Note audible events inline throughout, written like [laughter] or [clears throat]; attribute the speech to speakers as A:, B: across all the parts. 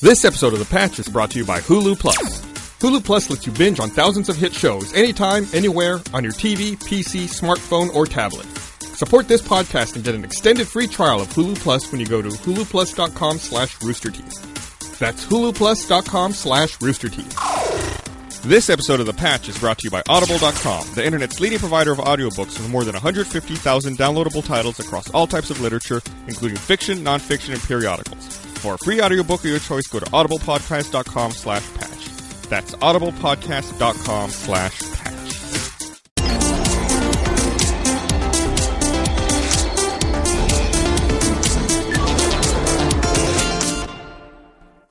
A: This episode of The Patch is brought to you by Hulu Plus. Hulu Plus lets you binge on thousands of hit shows anytime, anywhere, on your TV, PC, smartphone, or tablet. Support this podcast and get an extended free trial of Hulu Plus when you go to huluplus.com slash roosterteeth. That's huluplus.com slash roosterteeth. This episode of The Patch is brought to you by Audible.com, the internet's leading provider of audiobooks with more than 150,000 downloadable titles across all types of literature, including fiction, nonfiction, and periodicals. For a free audiobook of your choice, go to audiblepodcast.com slash patch. That's audiblepodcast.com slash patch.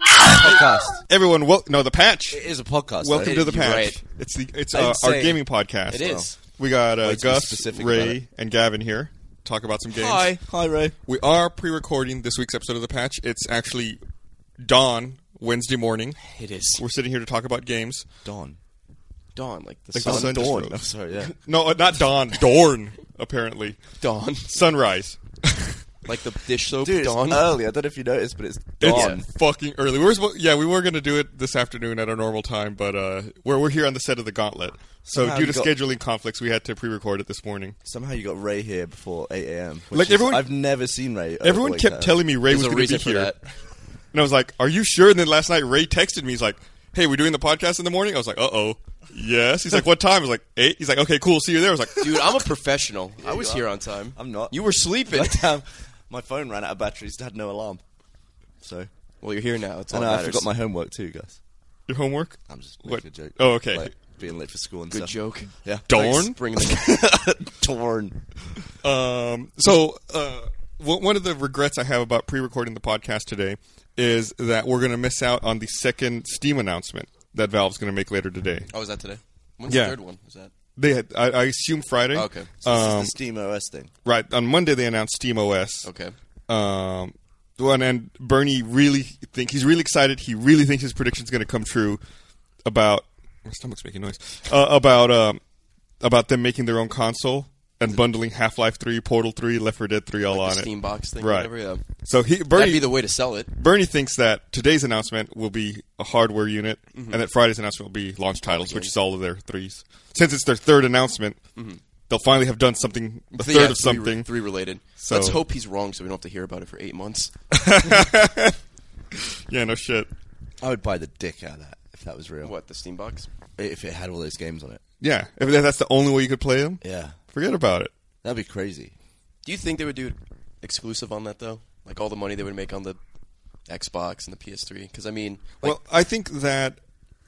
B: podcast.
A: Everyone, wel- no, the patch.
B: It is a podcast.
A: Welcome to
B: though.
A: the
B: You're
A: patch.
B: right.
A: It's the it's
B: I
A: uh,
B: didn't
A: our
B: say-
A: gaming podcast.
B: It is.
A: We got uh,
B: Way to be
A: Gus,
B: specific about
A: Ray,
B: it.
A: and Gavin here. Talk about some games.
B: Hi, hi, Ray.
A: We are pre-recording this week's episode of the patch. It's actually dawn Wednesday morning.
B: It is
A: We're sitting here to talk about games.
B: dawn. Dawn, like the
A: Like the
B: sun.
A: sun just
B: dawn.
A: rose.
B: I'm
C: [laughs]
B: sorry, yeah.
A: No, uh, not
B: [laughs]
A: dawn. Dorn. Apparently,
B: Dawn,
A: sunrise.
B: like the dish soap.
C: Dude,
B: dawn.
C: it's early. I don't know if you noticed, but it's
A: It's
C: dawn.
A: fucking early. We were supposed, yeah, we were going to do it this afternoon at our normal time, but uh, we're we're here on the set of the Gauntlet. So
C: Somehow
A: due to
C: you got-
A: scheduling conflicts, we had to pre-record it this morning.
C: Somehow you got Ray here before 8 a.m. which
A: Like,
C: is-
A: everyone-
C: I've never seen Ray.
A: Everyone kept telling me Ray was
B: There's a
A: going to
B: reason
A: be
B: for
A: here,
B: that.
A: and I was like, "Are you sure?" And then last night, Ray texted me. He's like, "Hey, we doing the podcast in the morning?" I was like, "Uh oh, yes." He's like, "What time?" I was like, eight. He's like, "Okay, cool. See you there." I was like,
B: Dude, I'm a professional. [laughs] I was
C: you
B: here
C: are.
B: on time.
C: I'm not.
B: You were sleeping.
C: God damn, my phone ran out of batteries. It had no alarm. So
B: [laughs] well, you're here now. It's all
C: and
B: that
C: I
B: matters.
C: forgot my homework too, guys.
A: "Your homework?"
C: I'm just making
A: What?
C: a joke.
A: Oh, okay.
C: Like, being late for school and
B: good
C: stuff.
B: joke.
C: Yeah.
A: Dawn?
B: Thanks.
A: [laughs]
B: Bring the
C: [laughs] Torn.
A: Um, so, uh, w- one of the regrets I have about pre-recording the podcast today is that we're going to miss out on the second Steam announcement that Valve's going to make later today.
B: Oh, is that today? When's
A: Yeah.
B: the third one? Is that?
A: They, had, I, I assume Friday.
B: Okay.
C: So this
A: Um,
C: is the Steam OS thing.
A: right on Monday they announced Steam OS.
B: Okay.
A: Um, well, and, and Bernie really think he's really excited. He really thinks his prediction's going to come true about my stomach's making noise uh, about um, about them making their own console and bundling Half Life Three, Portal Three, Left 4 Dead Three, all
B: The
A: on
B: Steam
A: it.
B: box thing.
A: Right.
B: Whatever, yeah.
A: So he
B: That'd be
A: Bernie
B: the way to sell it.
A: Bernie thinks that today's announcement will be a hardware unit,
B: Mm-hmm.
A: and that Friday's announcement will be launch titles, which is all of their threes. Since it's their third announcement,
B: Mm-hmm.
A: they'll finally have done something a
B: So,
A: third
B: yeah,
A: of
B: three re-
A: something.
B: Three related.
A: So-
B: Let's hope he's wrong, so we don't have to hear about it for eight months. [laughs]
A: Yeah, no shit.
C: I would buy the dick out of that if that was real.
B: What the Steam box?
C: If it had all those games on it.
A: Yeah, if that- that's the only way you could play them.
C: Yeah.
A: Forget about it.
C: That'd be crazy.
B: Do you think they would do exclusive on that though? Like all the money they would make on the Xbox and the PS3? Because I mean, like,
A: well, I think that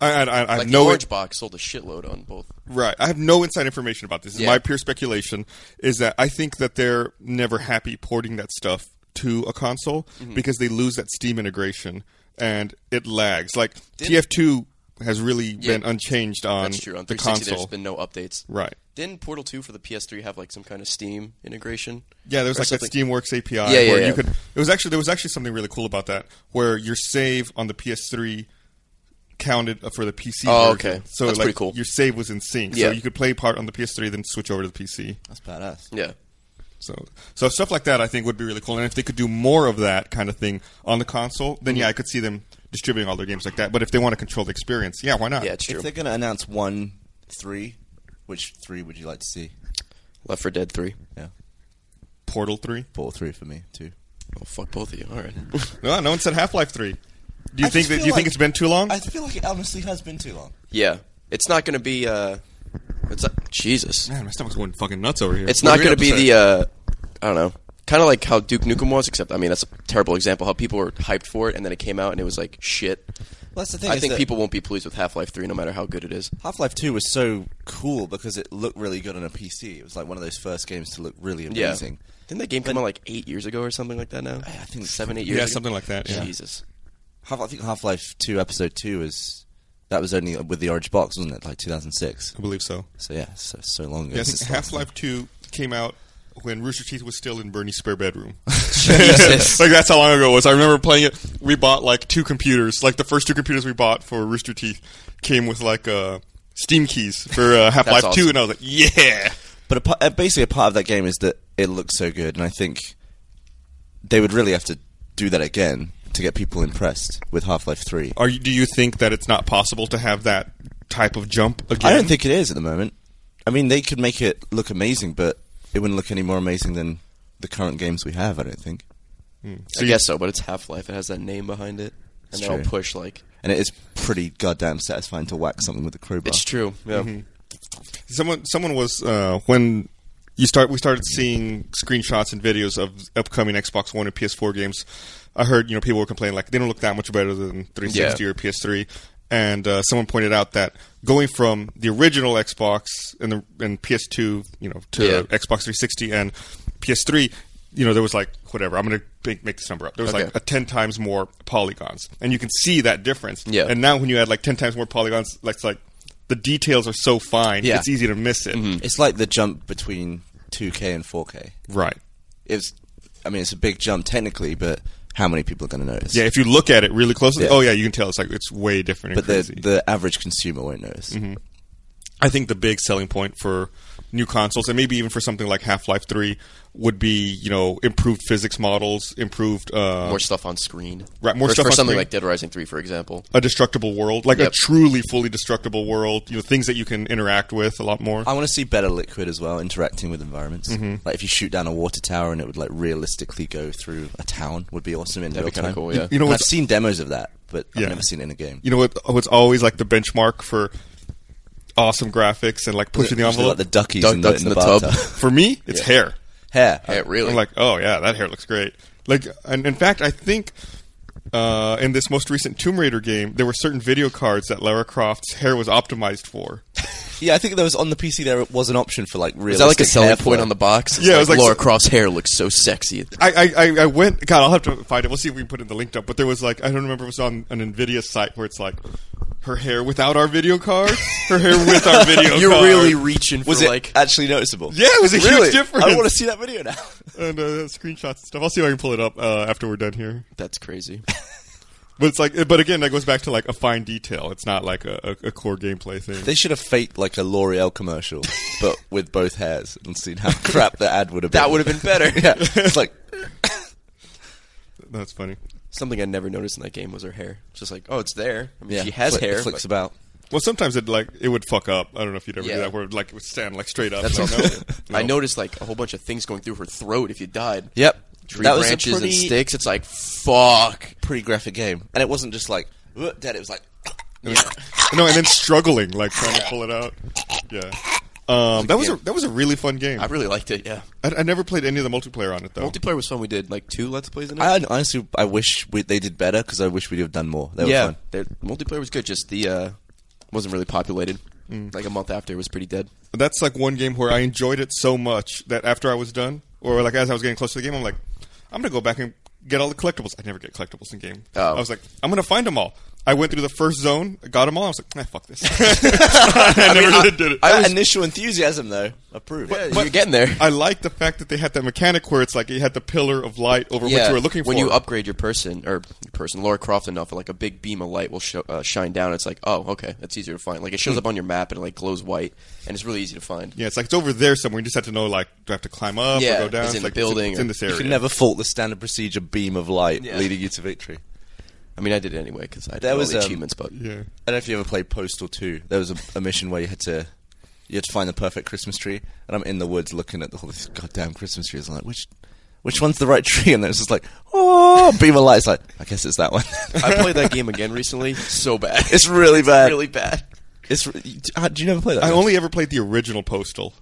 A: I, I, I I have
B: like the
A: no
B: Orange Box sold a shitload on both.
A: right. I have no inside information about this.
B: Yeah.
A: My pure speculation is that I think that they're never happy porting that stuff to a console
B: Mm-hmm.
A: because they lose that Steam integration and it lags. Like TF2 has really been unchanged on
B: That's true. On
A: the
B: 360, there's
A: console.
B: been no updates.
A: right.
B: Didn't Portal 2 for the PS3 have like some kind of Steam integration?
A: Yeah, there was
B: Or
A: like
B: something?
A: that SteamWorks API
B: Yeah, yeah,
A: where
B: yeah.
A: you could. It was actually there was actually something really cool about that where your save on the PS3 counted uh, for the PC.
B: Oh,
A: version.
B: okay.
A: So
B: That's
A: like
B: pretty cool.
A: your save was in sync,
B: Yeah.
A: so you could play part on the PS3 then switch over to the PC.
C: That's badass.
B: Yeah.
A: So so stuff like that I think would be really cool, and if they could do more of that kind of thing on the console, then
B: Mm-hmm.
A: yeah, I could see them distributing all their games like that. But if they want to control the experience, yeah, why not?
B: Yeah, it's true.
C: If they're going to announce one, three, which three would you like to see?
B: Left for Dead 3.
C: Yeah.
A: Portal Three.
C: Portal 3 for me, too.
B: Oh, fuck both of you. All right.
A: No, no one said Half Life Three. Do you
C: I
A: think
C: just
A: that?
C: feel
A: Do you
C: like-
A: think it's been too long?
C: I feel like it honestly has been too long.
B: [laughs] yeah. It's not going to be. uh It's not, Jesus.
A: Man, my stomach's going fucking nuts over here.
B: It's
A: What
B: not
A: are we
B: going
A: up
B: to be
A: today?
B: the. uh I don't know. Kind of like how Duke Nukem was, except I mean that's a terrible example. How people were hyped for it, and then it came out, and it was like shit.
C: Well, that's the thing.
B: I think people won't be pleased with Half Life Three, no matter how good it is.
C: Half Life Two was so cool because it looked really good on a PC. It was like one of those first games to look really
B: Yeah.
C: amazing.
B: Didn't that game come out like eight years ago or something like that? Now
C: I think-
B: seven, eight years.
A: Yeah,
B: ago?
A: something like that, yeah.
B: Jesus.
C: Half, I think Half Life Two Episode Two is that was only with the orange box, wasn't it? Like 2006.
A: I believe so.
C: So yeah, so so long ago.
A: Yeah, I
C: It's
A: think
C: just like-
A: Half Life Two came out when Rooster Teeth was still in Bernie's spare [laughs] bedroom. [laughs]
B: Jesus.
A: like that's how long ago it was. I remember playing it. We bought like two computers. Like the first two computers we bought for Rooster Teeth came with like uh, Steam keys for [laughs] uh, Half Life Two,
B: awesome.
A: and I was like, yeah.
C: But a, pa- uh, basically, a part of that game is that it looks so good, and I think they would really have to do that again to to get people impressed with Half Life Three.
A: Are you, do you think that it's not possible to have that type of jump again?
C: I don't think it is at the moment. I mean, they could make it look amazing, but it wouldn't look any more amazing than the current games we have. I don't think.
A: So
B: I
A: you-
B: guess so, but it's Half Life. It has that name behind it, and
C: It's
B: they'll
C: true.
B: push like
C: And it is pretty goddamn satisfying to whack something with a crowbar.
B: it's true. Yeah.
C: Mm-hmm.
A: someone someone was uh, when you start we started seeing screenshots and videos of upcoming Xbox One and PS4 games. I heard you know people were complaining like they don't look that much better than 360
B: Yeah.
A: or PS3, and uh, someone pointed out that going from the original Xbox and the and PS2 you know to
B: Yeah.
A: Xbox 360 and PS3. You know, there was like whatever. I'm going to make, make this number up. There was like
B: Okay.
A: a ten times more polygons, and you can see that difference.
B: Yeah.
A: And now, when you add like ten times more polygons, like it's like the details are so fine,
B: Yeah.
A: it's easy to miss it.
C: It's like the jump between 2K and 4K.
A: Right.
C: It's, I mean, it's a big jump technically, but how many people are going to notice?
A: Yeah, if you look at it really closely,
C: Yeah.
A: oh yeah, you can tell it's like it's way different.
C: but
A: And
C: the
A: crazy.
C: the average consumer won't notice.
A: I think the big selling point for new consoles and maybe even for something like Half Life Three would be you know improved physics models, improved uh,
B: More stuff on screen.
A: Right, more
B: for,
A: stuff
B: for
A: on
B: something
A: screen.
B: like Dead Rising Three, for example.
A: a destructible world, like a
B: Yep.
A: truly fully destructible world. You know things that you can interact with a lot more.
C: I want to see better liquid as well, interacting with environments. Like if you shoot down a water tower and it would like realistically go through a town, would be awesome in
B: That'd
C: real
B: be kinda
C: time.
B: cool, yeah.
A: You know
C: And I've
A: what's-
C: seen demos of that, but
A: Yeah.
C: I've never seen it in a game.
A: you know what? What's always like the benchmark for awesome graphics and like pushing the
C: Usually,
A: envelope.
C: like the duckies
B: Duck-
C: in,
B: ducks
C: the, in the tub.
A: for me, it's hair.
C: [laughs] Hair.
B: Yeah, really.
A: I'm like, oh yeah, that hair looks great. Like, and in fact, I think uh, in this most recent Tomb Raider game, there were certain video cards that Lara Croft's hair was optimized for.
C: Yeah, I think there was on the PC. There was an option for like realistic.
B: Is that like a selling
C: hair
B: point
C: flow. [laughs]
B: on the box? It's
A: Yeah, it was like-
B: Laura Croft's hair looks so sexy.
A: I, I- I, I went. God, I'll have to find it. We'll see if we can put it in the link up. But there was like, I don't remember. if It was on an Nvidia site where it's like her hair without our video card, her hair with our
C: [laughs]
A: video.
B: You're
A: card.
B: really reaching for
C: Was it
B: like.
C: actually noticeable?
A: Yeah, it was a huge
C: really?
A: difference.
C: I want to see that video now.
A: and uh, screenshots and stuff. I'll see if I can pull it up uh, after we're done here.
B: That's crazy.
A: But it's like, but again, that goes back to like a fine detail. It's not like a, a, a core gameplay thing.
C: They should have faked like a L'Oreal commercial, but with both hairs, and seen how crap the ad would have. been.
B: That would have been better.
C: [laughs] yeah, it's like
A: That's funny.
B: [laughs] Something I never noticed in that game was her hair. It's just like, oh, it's there. I mean,
C: yeah,
B: she has
C: flick-
B: hair.
C: Flicks
B: but-
C: about.
A: Well, sometimes it like it would fuck up. I don't know if you'd ever do
B: Yeah.
A: that, where it, like it would stand like straight up.
B: That's
C: [laughs]
A: like,
B: awesome.
A: no.
B: I
A: No.
B: noticed like a whole bunch of things going through her throat if you died.
C: Yep,
B: Tree
C: that was
B: branches
C: a pretty,
B: and sticks. It's like fuck.
C: pretty graphic game, and it wasn't just like "Ugh, dead. It was like [laughs]
A: No, and then struggling, like trying to pull it out. Yeah, um, that was a, that was a really fun game.
B: I
A: I,
B: really liked it. Yeah,
A: I never played any of the multiplayer on it though.
B: multiplayer was fun. We did like two let's plays in it.
C: Oh. I hon- honestly, I wish we, they did better because I wish we'd have done more. They were
B: yeah, [laughs]
C: fun.
B: the multiplayer was good. Just the uh, wasn't really populated.
C: Mm.
B: Like a month after, it was pretty dead.
A: That's like one game where I enjoyed it so much that after I was done, or like as I was getting close to the game, I'm like, I'm gonna go back and get all the collectibles. I never get collectibles in game.
B: Oh.
A: I was like, I'm gonna find them all. I went through the first zone, got them all. I was like, nah, fuck this. [laughs] I, never really did it.
C: That
B: was-
C: initial enthusiasm though, approved.
B: Yeah,
A: but-
B: you're getting there.
A: I like the fact that they had that mechanic where it's like you had the pillar of light over what you were looking
B: when
A: for.
B: you upgrade your person or your person, Laura Croft enough, like a big beam of light will show, uh, shine down. It's like, oh, okay, that's easier to find. Like it shows
C: Hmm.
B: up on your map and it like glows white, and it's really easy to find.
A: yeah, it's like it's over there somewhere. You just have to know like do I have to climb up
B: Yeah,
A: or go down?
B: it's in the
A: like,
B: building
A: It's,
B: or-
A: in this
C: you
A: area.
C: can never fault the standard procedure beam of light
B: Yeah.
C: leading you to victory.
B: I mean, I did it anyway because I
C: There
B: had all
C: was,
B: the
C: um, [laughs]
B: achievements, but
A: yeah.
C: I don't know if you ever played Postal 2. There was a, a mission where you had to you had to find the perfect Christmas tree, and I'm in the woods looking at all these goddamn Christmas trees. I'm like, which which one's the right [laughs] tree? And then it's just like, oh, beam of light. It's like, I guess it's that one.
B: I played that game again recently. So bad.
C: [laughs] It's
B: [laughs]
C: really bad. [laughs]
B: really bad.
C: It's re- you- how- do you never play that?
A: I
C: game?
A: only ever played the original Postal.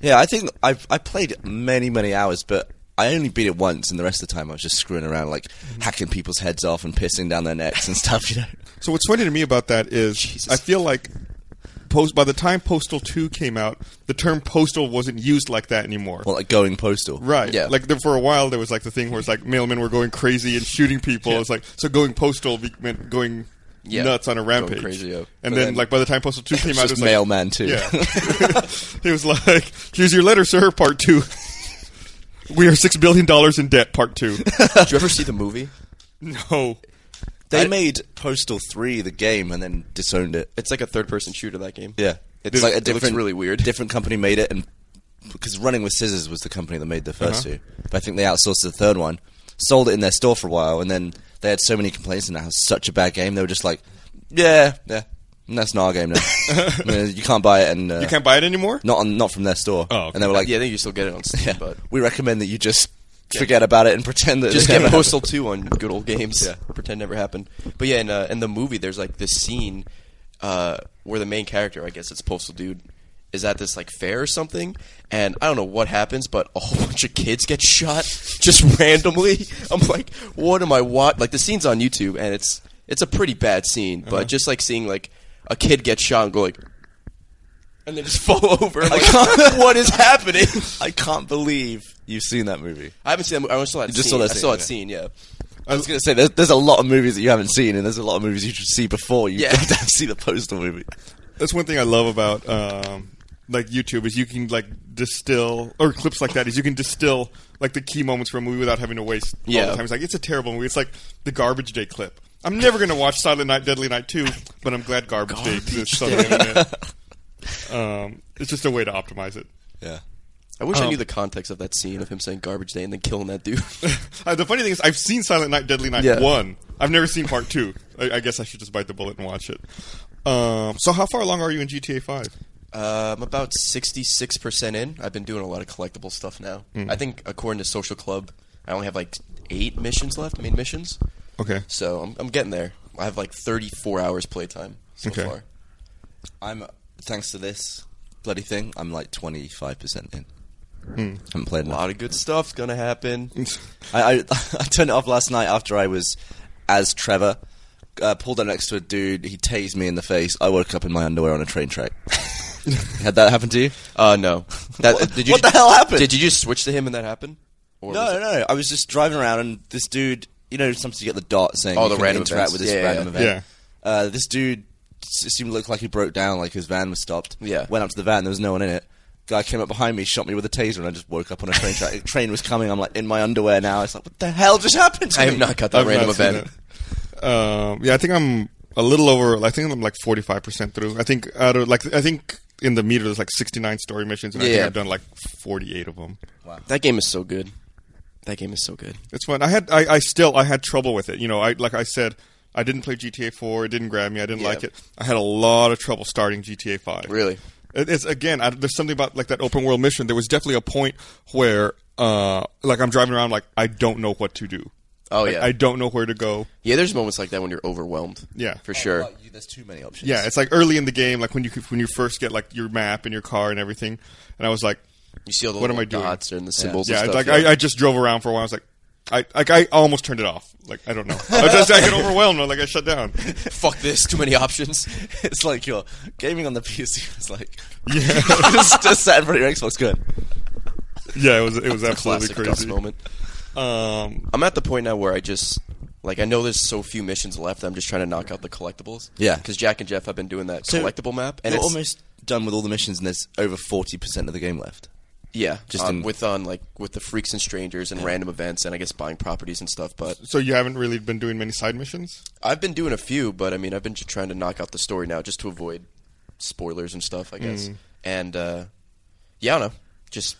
C: yeah. I think I've I played it many many hours, but. I only beat it once, and the rest of the time I was just screwing around, like
B: Mm-hmm.
C: hacking people's heads off and pissing down their necks and stuff. You know,
A: So what's funny to me about that is
B: Jesus.
A: I feel like post by the time Postal Two came out, the term Postal wasn't used like that anymore.
C: well, like going postal.
A: Right.
B: Yeah.
A: Like there, for a while, there was like the thing where it's like mailmen were going crazy and shooting people. It's like so going postal be- meant going
B: Yeah.
A: nuts on a
B: Going
A: rampage.
B: crazy, yeah.
A: And
B: But
A: then,
B: then-
A: like by the time Postal Two [laughs]
B: [laughs]
A: came out, it
C: just
A: was like
C: mailman too. [laughs]
A: Yeah. [laughs] it was like here's your letter, sir. Part two. [laughs] we are six billion dollars in debt. Part
B: [laughs]
A: two.
B: Did you ever see the movie?
A: no.
C: They
B: I-
C: made Postal Three the game and then disowned it.
B: It's like a third-person shooter. That game.
C: Yeah, it's
A: Dude,
C: like a
A: it
B: looks
C: different,
B: really weird.
C: Different company made it, and because Running with Scissors was the company that made the 1st
A: Uh-huh.
C: two, but I think they outsourced the third one. sold it in their store for a while, and then they had so many complaints and it was such a bad game. They were just like, yeah, yeah, that's not our
A: [laughs]
C: game now. I mean, you can't buy it, and uh,
A: You can't buy it anymore?
C: not on not from their store.
A: Oh, okay.
C: and they were like,
B: yeah, I think you still get it on Steam,
C: yeah,
B: but
C: we recommend that you just forget about it and pretend that
B: just
C: it never
B: get
C: happened." [laughs]
B: Postal Two on good old games.
C: Yeah.
B: Pretend never happened. But yeah, in, uh, in the movie, there's like this scene uh, where the main character, I guess it's Postal Dude, is at this like fair or something, and I don't know what happens, but a whole [laughs] bunch of kids get shot [laughs] just randomly. [laughs] I'm like, what am I watching? Like the scene's on YouTube, and it's it's a pretty bad scene,
C: Uh-huh.
B: but just like seeing like a kid get shot and go like. And then just [laughs] fall over.
C: [laughs]
B: I'm like, what is happening?
C: I can't believe you've seen that movie.
B: I haven't seen that. Movie. I saw that.
C: just
B: scene.
C: saw that
B: I
C: scene,
B: saw that
C: yeah.
B: scene. Yeah.
C: I was going to say, there's, there's a lot of movies that you haven't seen, and there's a lot of movies you should see before you [laughs]
B: Yeah.
C: have to see the postal movie.
A: That's one thing I love about um, like YouTube is you can like distill or clips like that is you can distill like the key moments from a movie without having to waste all
B: Yeah.
A: the time. It's like it's a terrible movie. It's like the garbage day clip. I'm never gonna watch Silent Night, Deadly Night two, but I'm glad garbage, day exists on the internet. Um, it's just a way to optimize it. [laughs]
C: Yeah.
B: I wish
C: Um,
B: I knew the context of that scene of him saying garbage day and then killing
C: [laughs]
B: that dude.
A: Uh, the funny thing is, I've seen Silent Night, Deadly Night
C: Yeah.
A: one. I've never seen part two. I, I guess I should just bite the bullet and watch it. Um, so, how far along are you in GTA five?
B: uh, I'm about 66% in. I've been doing a lot of collectible stuff now.
C: Hmm.
B: I think, according to Social Club, I only have like eight missions left, main missions.
A: Okay.
B: So I'm, I'm getting there. I have like 34 hours playtime so
A: Okay.
B: far.
C: I'm, thanks to this bloody thing, I'm like 25% in. Haven't played
B: A
C: enough.
B: lot of good stuff's going
C: [laughs]
B: to happen.
C: I, I, I turned it off last night after I was as Trevor. Uh, pulled up next to a dude. He tased me in the face. I woke up in my underwear on a train track. [laughs] Had that happen to you?
B: Uh, no. That,
C: What-
B: did you
C: what the hell happened?
B: Did you just switch to him and that happened? Or was
C: No,
B: it-
C: no, no. I was just driving around, and this dude, you know, sometimes you get the dot saying
B: Oh,
C: you
B: the
C: can
B: random
C: interact
B: events.
C: with this
B: Yeah,
C: random
B: yeah,
A: yeah.
C: event. Uh, this dude s- seemed to look like he broke down, like his van was stopped.
B: Yeah.
C: Went up to the van, there was no one in it. Guy came up behind me, shot me with a taser, and I just woke up on a train track. [laughs] A train was coming. I'm like in my underwear now. It's like, what the hell just happened? To
B: I
C: me?
B: have not got that
A: I've
B: random
A: not seen
B: event.
A: it. Um, yeah, I think I'm a little over. I think I'm like 45 percent through. I think out of like I think in the meter there's like 69 story missions, and I think
B: Yeah.
A: I've done like 48 of them.
B: That game is so good. That game is so good.
A: It's fun. I had I, I still I had trouble with it. You know, I like I said. I didn't play GTA 4. It didn't grab me. I didn't
B: Yeah.
A: like it. I had a lot of trouble starting GTA 5.
B: Really?
A: It- It's again. I, there's something about like that open world mission. There was definitely a point where, uh, like, I'm driving around, like I don't know what to do.
B: Oh,
A: Like,
B: yeah.
A: I don't know where to go.
B: Yeah, there's moments like that when you're overwhelmed.
A: Yeah.
B: For sure.
C: Like, you- there's too many options.
A: Yeah, it's like early in the game, like when you when you first get like your map and your car and everything. And I was like,
B: You see all the
A: What am
B: little
A: I doing?
B: dots and the symbols.
A: yeah,
B: and
A: like
B: stuff,
A: I, I just drove around for a while. I was like, I like I almost turned it off. Like I don't know. I was just I get overwhelmed. Like I shut [laughs] down.
B: [laughs] fuck this. Too many options. [laughs]
C: it's like you're gaming on the PC. It's like
A: Yeah.
C: just, just sat in front of your Xbox. Good.
A: Yeah, it was it was absolutely
B: Classic Gus
A: crazy.
B: moment.
A: Um,
B: I'm at the point now where I just like I know there's so few missions left. I'm just trying to knock out the collectibles.
C: Yeah.
B: because Jack and Jeff have been doing that
C: So,
B: collectible map,
C: And
B: and
C: you're
B: it's
C: almost done with all the missions, and there's over forty percent of the game left.
B: yeah,
C: just
B: just on,
C: in-
B: with on like with the freaks and strangers and random events, and I guess buying properties and stuff. But
A: so you haven't really been doing many side missions.
B: I've been doing a few, but I mean I've been just trying to knock out the story now, just to avoid spoilers and stuff. I guess, and uh, yeah, I don't know, just.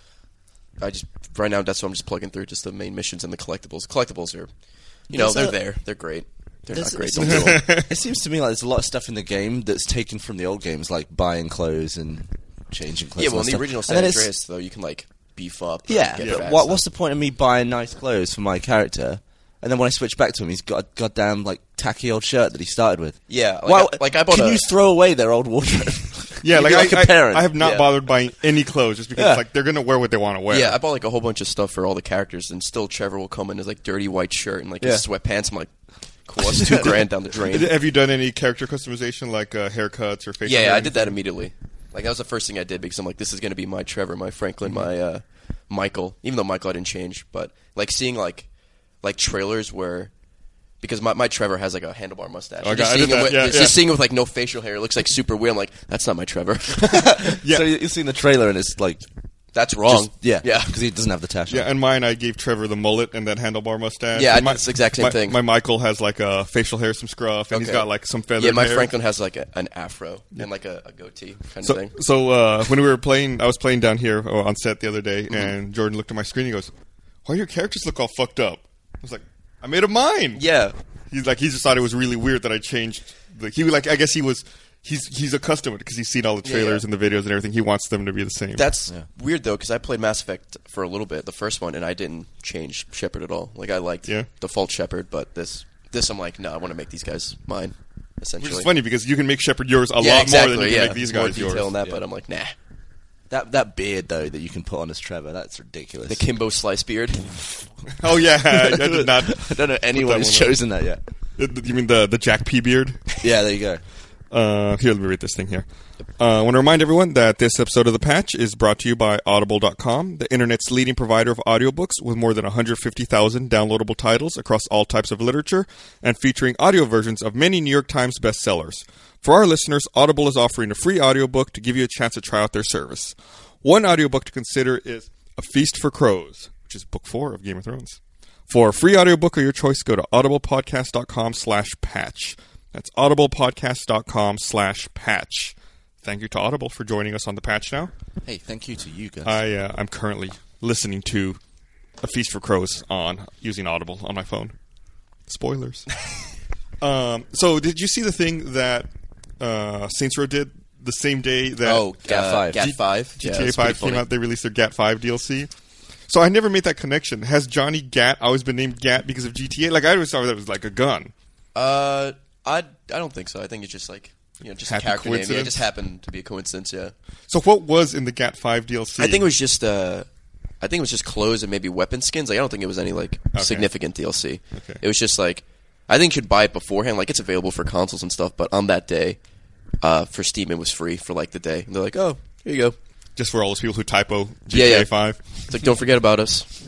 B: I just right now that's what I'm just plugging through just the main missions and the collectibles. Collectibles are, you know,
C: There's
B: they're
C: a-
B: there. They're great. They're not
C: There's-
B: great. Don't
C: there's- [laughs]
B: do them.
C: it seems to me like there's a lot of stuff in the game that's taken from the old games, like buying clothes and changing clothes.
B: Yeah,
C: and
B: well,
C: that
B: in the
C: stuff.
B: original
C: And
B: San
C: then it's-
B: Andreas, though, you can like beef up. and
C: Yeah, but
B: get fat
C: what,
B: stuff.
C: what's the point of me buying nice clothes for my character, and then when I switch back to him, he's got a goddamn like tacky old shirt that he started with.
B: Yeah, like
C: Why-
B: I- like I bought
C: Can
B: a-
C: you throw away their old [laughs] wardrobe?
A: Yeah,
C: You'd
A: like,
C: be
A: I,
C: a parent.
A: I, I have not
B: Yeah.
A: bothered buying any clothes just because
C: Yeah.
A: like they're gonna wear what they want to wear.
B: Yeah, I bought like a whole bunch of stuff for all the characters, and still Trevor will come in his like dirty white shirt and like his
C: Yeah.
B: sweatpants. I'm like,
C: [laughs]
B: cool, that's two grand down the drain.
A: Have you done any character customization like uh, haircuts or facial?
B: yeah,
A: hair
B: yeah,
A: or
B: I did that immediately. Like that was the first thing I did because I'm like, this is gonna be my Trevor, my Franklin,
A: Mm-hmm.
B: my uh, Michael. Even though Michael I didn't change, but like seeing like like trailers where. Because my, my Trevor has like a handlebar mustache.
A: Oh, I got- I did
B: just seeing him
A: that.
B: with,
A: Yeah,
B: just,
A: yeah.
B: just seeing him with like no facial hair, it looks like super weird. I'm like, that's not my Trevor. [laughs]
A: Yeah.
C: [laughs] So you- you've seen the trailer, and it's like,
B: that's wrong.
C: just- yeah,
B: yeah. [laughs]
C: because he doesn't have the tash. on.
A: Yeah, and mine I gave Trevor the mullet and that handlebar mustache.
B: Yeah, I
A: And
B: did this exact same
A: my-
B: thing.
A: My Michael has like uh, facial hair, some scruff, and he's
B: Okay.
A: got like some feathered
B: Yeah, my
A: hair.
B: Franklin has like a, an afro and like a, a goatee kind of
A: So,
B: thing.
A: so uh, when we were playing, I was playing
B: Mm-hmm.
A: down here uh, on set the other day, and Jordan looked at my screen. and He goes, "Why do your characters look all fucked up?" I was like, I made a mine.
B: Yeah.
A: He's like, he just thought it was really weird that I changed. The, he was like, I guess he was. He's he's accustomed because he's seen all the
B: Yeah, yeah.
A: trailers and the videos and everything. He wants them to be the same.
B: That's weird though, because I played Mass Effect for a little bit, the first one, and I didn't change Shepard at all. Like I liked
A: Yeah.
B: default Shepard, but this this I'm like, no, I want to make these guys mine. Essentially,
A: which is funny because you can make Shepard yours a lot more than you can make these
B: more
A: guys
B: detail
A: yours.
B: in that, but I'm like, nah.
C: That that beard though that you can put on as Trevor, that's ridiculous.
B: The Kimbo Slice beard.
C: [laughs]
A: Oh yeah, [laughs] I did not.
B: [laughs]
C: I don't know anyone who's
A: one up.
C: chosen that yet.
A: Uh, You mean the the Jack P beard?
C: Yeah, there you go.
A: Uh, here, let me read this thing here. Uh, I want to remind everyone that this episode of The Patch is brought to you by Audible.com, the internet's leading provider of audiobooks with more than 150,000 downloadable titles across all types of literature and featuring audio versions of many New York Times bestsellers. For our listeners, Audible is offering a free audiobook to give you a chance to try out their service. One audiobook to consider is A Feast for Crows, which is book four of Game of Thrones. For a free audiobook of your choice, go to audiblepodcast.com slash patch. That's audiblepodcast.com slash patch. Thank you to Audible for joining us on the patch now.
C: Hey, thank you to you guys.
A: I, uh, I'm currently listening to A Feast for Crows on using Audible on my phone. Spoilers.
C: [laughs]
A: um, so, did you see the thing that uh, Saints Row did the same day that
B: oh,
C: Gat
B: uh,
C: five.
B: Gat
C: G-
B: five. Yeah,
A: GTA
B: that's pretty
A: 5 came
B: funny.
A: out, they released their GAT 5 DLC. So I never made that connection. Has Johnny Gat always been named Gat because of GTA? Like I always thought that was like a gun.
B: Uh, I I don't think so. I think it's just like you know, just a
A: Happy
B: character name. Yeah, it
A: coincidence?
B: just happened to be a coincidence. Yeah.
A: So what was in the GAT 5 DLC?
B: I think it was just uh, I think it was just clothes and maybe weapon skins. Like I don't think it was any like significant DLC.
A: Okay.
B: It was just like I think you should buy it beforehand. Like it's available for consoles and stuff, but on that day, uh, for Steam it was free for like the day. And they're like, oh, here you go.
A: just for all those people who typo GTA
B: Yeah, yeah.
A: 5.
B: It's like don't forget about us.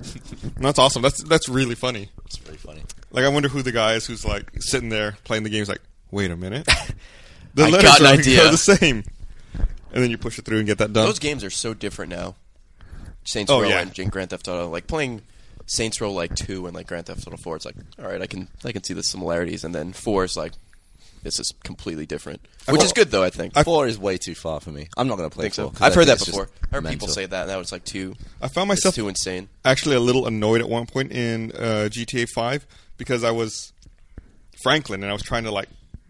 A: And that's awesome. That's that's really funny.
C: It's pretty funny.
A: Like I wonder who the guy is who's like sitting there playing the game. He's like, wait a
B: [laughs]
A: minute, the
B: I
A: letters
B: got an
A: are, [laughs]
B: idea.
A: are the same. And then you push it through and get that done.
B: Those games are so different now. Saints
A: Um, Oh,
B: Row
A: yeah.
B: and Grand Theft Auto. Like playing Saints Row like two and like Grand Theft Auto four. It's like all right, I can I can see the similarities, and then four is like this is completely different, which is good though. I think.
C: four is way too far for me. I'm not going to play
B: think so.
C: four. 'cause
B: I've
C: I think
B: heard that
C: it's just
B: before. I heard people
C: mental.
B: say that, and that was like too.
A: I found
B: It's
A: myself
B: too insane.
A: actually a little annoyed at one point in uh, GTA 5 because I was Franklin and I was trying to like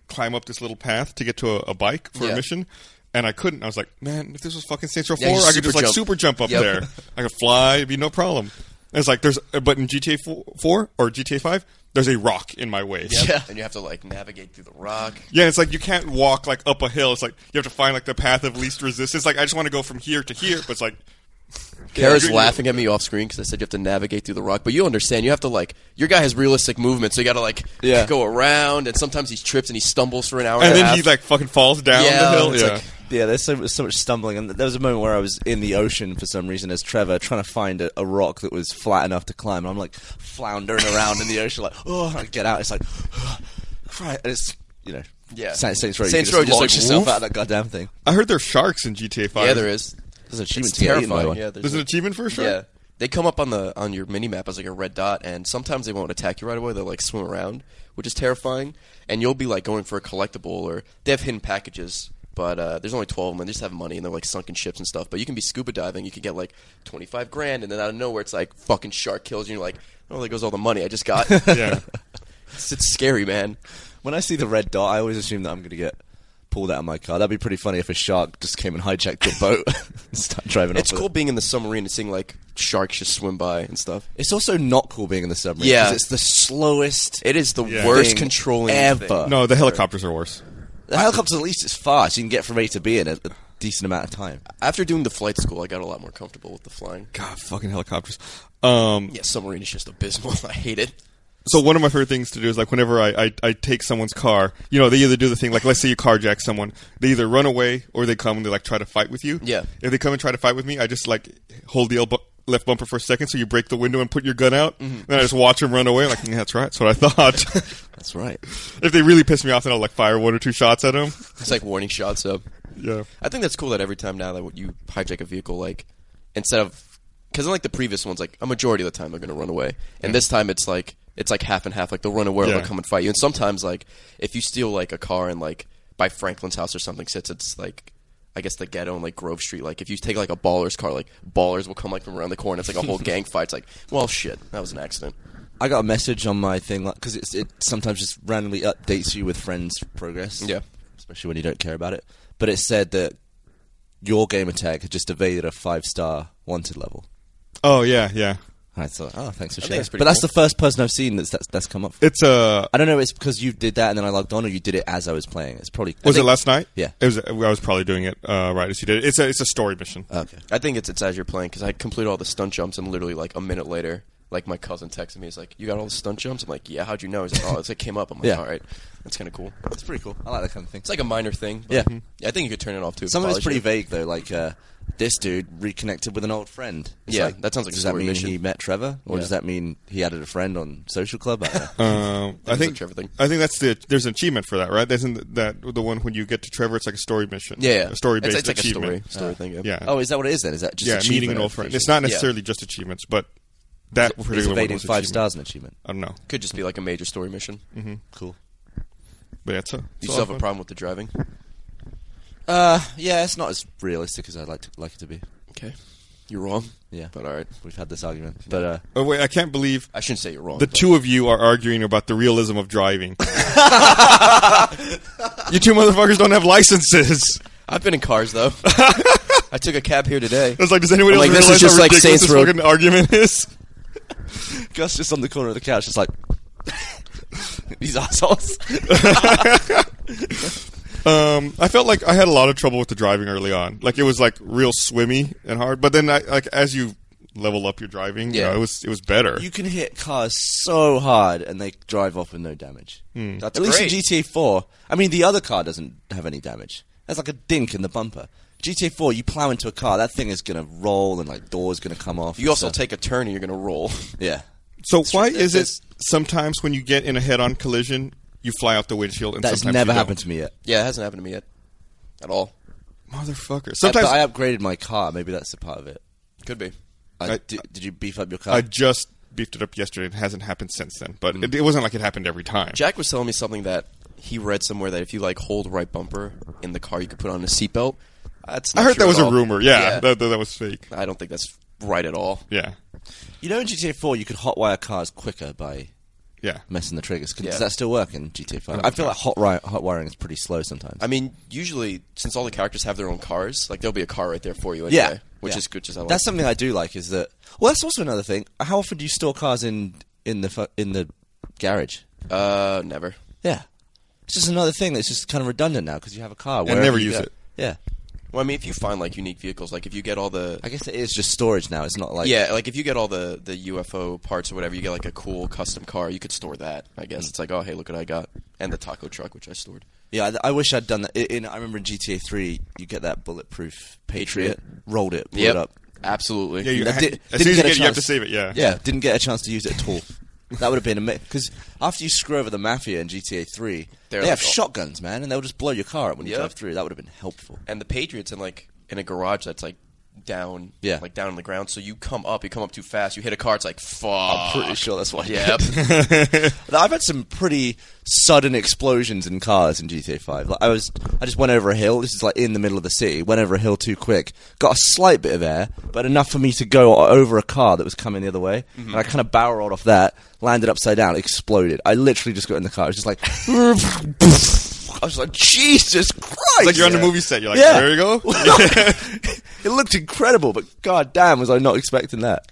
A: climb up this little path to get to a, a bike for a
B: Yeah.
A: mission. And I couldn't. I was like, man, if this was fucking Saints Row 4,
B: Yeah, you
A: I could
B: super
A: just like
B: jump.
A: super jump up
B: Yep.
A: there. I could fly, it'd be no problem. And it's like, there's, uh, but in GTA 4 4 or GTA 5, there's a rock in my way.
B: Yeah, and you have to like navigate through the rock.
A: Yeah, it's like you can't walk like up a hill. It's like you have to find like the path of least resistance. Like I just want to go from here to here, but it's like
B: Kara's
A: Yeah.
B: laughing at me off screen because I said you have to navigate through the rock, but you understand you have to like your guy has realistic movement, so you got to like
C: Yeah.
B: go around, and sometimes he trips and he stumbles for an hour.
A: and
B: a
A: then
B: half.
A: he like fucking falls down
B: Yeah,
A: the hill.
B: it's
A: Yeah.
B: like-
C: Oh, Yeah, there's so, so much stumbling, and there was a moment where I was in the ocean for some reason as Trevor trying to find a, a rock that was flat enough to climb. And I'm like floundering around in the ocean, like oh, and I get out. It's like, right, and it's you know,
B: Yeah.
C: Saint- Saints Row. you
B: Saints
C: can
B: Row
C: just
B: just,
C: launch
B: like,
C: yourself
B: woof.
C: out of that goddamn thing.
A: I heard there's sharks in GTA Five.
B: yeah, there is.
C: There's an achievement
B: It's
C: to get eaten by
B: terrifying.
C: one.
B: Yeah, there's
A: There's an
B: a-
A: achievement for a shark.
B: Yeah. They come up on the on your mini map as like a red dot, and sometimes they won't attack you right away. They'll like swim around, which is terrifying. And you'll be like going for a collectible, or they have hidden packages, but uh, there's only twelve of them. They just have money, and they're like sunken ships and stuff. But you can be scuba diving, you can get like twenty five grand, and then out of nowhere, it's like fucking shark kills you. And you're like, oh, there goes all the money I
A: [laughs]
B: just
A: [laughs]
B: got.
A: Yeah.
B: it's, it's scary, man.
C: When I see the red dot, I always assume that I'm going to get pulled out of my car. That'd be pretty funny if a shark just came and hijacked your boat [laughs] and started driving off.
B: It's
C: with
B: cool
C: it.
B: being in the submarine and seeing like sharks just swim by and stuff.
C: It's also not cool being in the submarine.
B: Yeah.
C: 'cause it's the slowest.
B: It is the
A: Yeah.
B: worst
C: thing
B: controlling
C: ever.
B: thing.
A: No,
B: [laughs]
A: the helicopters are worse.
C: The helicopter at least is fast. You can get from A to B in a, a decent amount of time.
B: After doing the flight school, I got a lot more comfortable with the flying.
A: God, fucking helicopters. Um,
B: Yeah, submarine is just abysmal. [laughs] I hate it.
A: So one of my favorite things to do is like whenever I, I I take someone's car, you know, they either do the thing like let's say you carjack someone, they either run away or they come and they like try to fight with you.
B: Yeah.
A: If they come and try to fight with me, I just like hold the elbow. Left bumper for a second, so you break the window and put your gun out,
B: Mm-hmm.
A: and then I just watch them run away. Like "Yeah, that's right, that's what I thought. [laughs]
C: That's right.
A: if they really piss me off, then I'll like fire one or two shots at them.
B: It's like warning shots up.
A: Yeah,
B: I think that's cool that every time now that you hijack a vehicle, like instead of because like the previous ones, like a majority of the time they're going to run away, and this time it's like it's like half and half. Like they'll run away, or
A: Yeah.
B: they'll come and fight you. And sometimes like if you steal like a car and like by Franklin's house or something, since it's like. I guess the ghetto and like Grove Street. Like if you take like a baller's car, like ballers will come like from around the corner. It's like a whole gang fight. It's like, well, shit, that was an accident.
C: I got a message on my thing because it's it sometimes just randomly updates you with friends' progress.
B: Yeah.
C: especially when you don't care about it. But it said that your gamer tag had just evaded a five star wanted level.
A: Oh yeah, yeah.
C: And I thought, oh, thanks for
B: I think
C: sharing.
B: that's
C: But
B: pretty
C: that's
B: cool.
C: the first person I've seen that's that's, that's come up.
A: It's uh,
C: I don't know. It's because you did that and then I logged on, or you did it as I was playing. It's probably I
A: was it
C: think-
A: last night?
C: Yeah.
A: it was. I was probably doing it uh, right as you did. it. It's a it's a story mission.
B: Uh,
C: Oh, Okay.
B: I think it's it's as you're playing because I complete all the stunt jumps and literally like a minute later, like my cousin texted me, he's like, "You got all the stunt jumps?" I'm like, "Yeah." How'd you know? He's like, "Oh, it's like came up." I'm like,
C: Yeah.
B: "All right, that's kind of cool."
C: It's pretty cool. I like that kind of thing.
B: It's like a minor thing. but-
C: Yeah.
B: I think you could turn it off too. if
C: Some
B: you
C: of it's
B: probably
C: pretty vague
B: should.
C: though, like uh, this dude reconnected with an old friend. It's
B: Yeah, that sounds like a
C: Does that
B: story
C: mean
B: mission.
C: he met Trevor, or
B: Yeah.
C: does that mean he added a friend on social club? I don't
B: [laughs]
C: know.
A: Um, I
B: it's
A: think
B: a Trevor thing.
A: I think that's the there's an achievement for that, right? Isn't that the one when you get to Trevor? It's like a story mission.
B: Yeah, yeah.
A: a story
B: It's-
A: based
B: It's, like
A: achievement.
B: a story, story thing.
A: Yeah,
C: oh, is that what it is then? Is that just
A: yeah,
C: achievement
A: meeting an
C: of
A: old friend.
C: social-
A: It's not
B: Yeah.
A: necessarily just achievements, but that
C: Is
A: particular one
C: evading
A: was
C: five
A: achievement.
C: stars an achievement?
A: I don't know,
B: Could just be like a major story mission.
A: Mm-hmm.
C: Cool.
A: but yeah, it's a, it's
B: You
A: a
B: still
A: lot
B: have a
A: of fun.
B: problem with the driving.
C: Uh, yeah, it's not as realistic as I'd like to, like it to be.
B: Okay, you're wrong.
C: Yeah,
B: But all right,
C: we've had this argument, but uh,
A: Oh wait, I can't believe
B: I shouldn't say you're wrong.
A: the
B: but-
A: two of you are arguing about the realism of
B: [laughs]
A: driving. you two motherfuckers don't have licenses.
B: I've been in cars though. [laughs] I took a cab here today.
A: It's like, does anyone
B: I'm
A: else
B: like, this is
A: realize
B: just
A: how
B: like
A: ridiculous
B: Saints
A: this
B: Row.
A: fucking argument [laughs] is?
C: [laughs] Gus just on the corner of the couch, just like [laughs] these assholes.
A: [laughs] Um, I felt like I had a lot of trouble with the driving early on. Like it was like real swimmy and hard. But then, I, like as you level up your driving, you
B: Yeah.
A: know, it was it was better.
C: You can hit cars so hard and they drive off with no damage.
A: Hmm.
B: That's
C: At least in
B: great.
C: GTA 4, I mean, the other car doesn't have any damage. There's like a dink in the bumper. GTA 4, you plow into a car, that thing is going to roll and like doors going to come off.
B: You
C: and
B: also
C: stuff.
B: take a turn and you're gonna roll. [laughs]
C: Yeah.
A: so why is it
B: It's-
A: sometimes when you get in a head-on collision, you fly out the windshield? And
C: That's
A: sometimes
C: never
A: you
C: happened
A: don't?
C: to me yet.
B: yeah, it hasn't happened to me yet, at all.
A: Motherfucker.
C: I- but
A: Sometimes I,
C: I upgraded my car. Maybe that's a part of it.
B: Could be.
C: I,
A: I-
C: did, did you beef up your car?
A: just beefed it up yesterday. It hasn't happened since then.
B: Mm.
A: But it, it wasn't like it happened every time.
B: Jack was telling me something that he read somewhere that if you like hold right bumper in the car, you could put on a seatbelt. That's
A: I
B: not
A: heard
B: true
A: that was
B: at
A: a
B: all.
A: rumor. Yeah, That, that, that was fake.
B: I don't think that's right at all.
A: Yeah,
C: you know, in GTA 4, you could hotwire cars quicker by
A: yeah.
C: messing the triggers. Could-
B: Yeah.
C: Does that still work in GTA 5? I feel like hot, ri- hot wiring is pretty slow sometimes.
B: I mean, usually since all the characters have their own cars, like there'll be a car right there for you anyway,
C: Yeah,
B: which
C: yeah.
B: is good. Just I like.
C: that's something I do like is that. Well, that's also another thing. How often do you store cars in in the fu- in the garage?
B: uh, never.
C: Yeah, it's just another thing that's just kind of redundant now because you have a car.
A: I
C: wherever
A: never
C: you
A: use
C: go.
A: it.
C: Yeah,
B: Well, I mean, if you find like unique vehicles, like if you get all the
C: I guess it is just storage now. It's not like
B: yeah, like if you get all the the UFO parts or whatever, you get like a cool custom car. You could store that. I guess
A: Mm.
B: it's like, oh hey, look what I got, and the taco truck which I stored.
C: yeah. I, I wish I'd done that. I- In I remember in GTA Three, you get that bulletproof Patriot,
B: Patriot.
C: rolled it, blew
B: Yep,
C: it up.
B: absolutely.
A: Yeah, you
C: I
A: ha-
C: did-
A: as
C: didn't
A: soon as you
C: get a
A: get, it, you have
C: chance.
A: to save it. Yeah,
C: Yeah, didn't get a chance to use it at all. That would have been amazing because after you screw over the mafia in GTA 3 they
B: They're like,
C: have
B: oh.
C: shotguns, man, and they'll just blow your car up when you
B: Yep.
C: drive through. That would have been helpful.
B: and the Patriots in like in a garage that's like down,
C: Yeah.
B: like down on the ground. So you come up, you come up too fast, you hit a car. It's like fuck.
A: Ah,
C: I'm pretty sure that's why.
B: Yep.
A: [laughs]
C: Now, I've had some pretty sudden explosions in cars in GTA 5. Like I was, I just went over a hill. This is like in the middle of the city. Went over a hill too quick. Got a slight bit of air, but enough for me to go o- over a car that was coming the other way.
A: Mm-hmm.
C: And I kind of barrel rolled off that, landed upside down, exploded. I literally just got in the car. I was just like, [laughs] I was like, Jesus Christ!
A: it's like you're on the
C: [laughs]
A: movie set. You're like,
C: Yeah.
A: there you
B: [laughs]
A: go. [laughs]
C: it looked incredible, but god damn, was I not expecting that.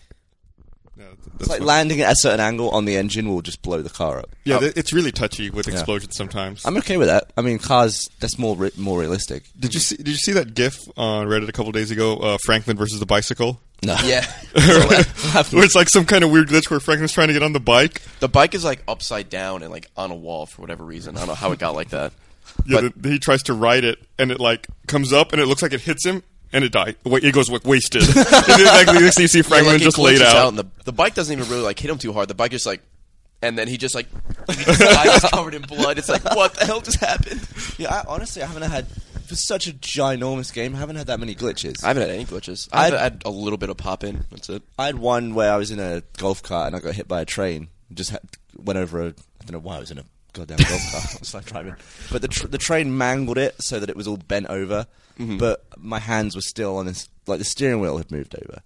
A: Yeah,
C: It's
A: that's
C: like
A: what-
C: landing at a certain angle on the engine will just blow the car up.
A: yeah, th- it's really touchy with explosions sometimes.
C: I'm okay with that. I mean, cars. That's more re- more realistic.
A: Did you see? Did you see that GIF on Reddit a couple days ago? Uh, Franklin versus the
B: [laughs]
A: bicycle.
C: No.
B: [laughs] yeah.
A: [laughs]
B: [laughs]
A: where it's like some kind of weird glitch where Franklin's trying to get on the bike.
B: The bike is like upside down and like on a wall for whatever reason. I don't know how it got like that.
A: [laughs] Yeah, th- he tries to ride it, and it like comes up, and it looks like it hits him, and it dies. Wa- It goes like
B: [laughs]
A: wasted. And then, like, the next thing you see Franklin
B: like, it
A: just laid
B: glitches
A: out.
B: and the, the bike doesn't even really like hit him too hard. The bike is like, and then he just [laughs] like, his eye is covered in blood. It's like, what the hell just happened?
C: Yeah. I, honestly, I haven't had for such a ginormous game. I haven't had that many glitches.
B: I haven't had any glitches.
C: I'd-
B: I haven't had a little bit of pop in. That's it.
C: I had one where I was in a golf cart and I got hit by a train. Just had, went over a. I don't know why I was in a goddamn golf cart. [laughs] I was like driving, but the tr- the train mangled it so that it
B: Mm-hmm.
C: was all bent over. But my hands were still on this. Like the steering wheel had moved over.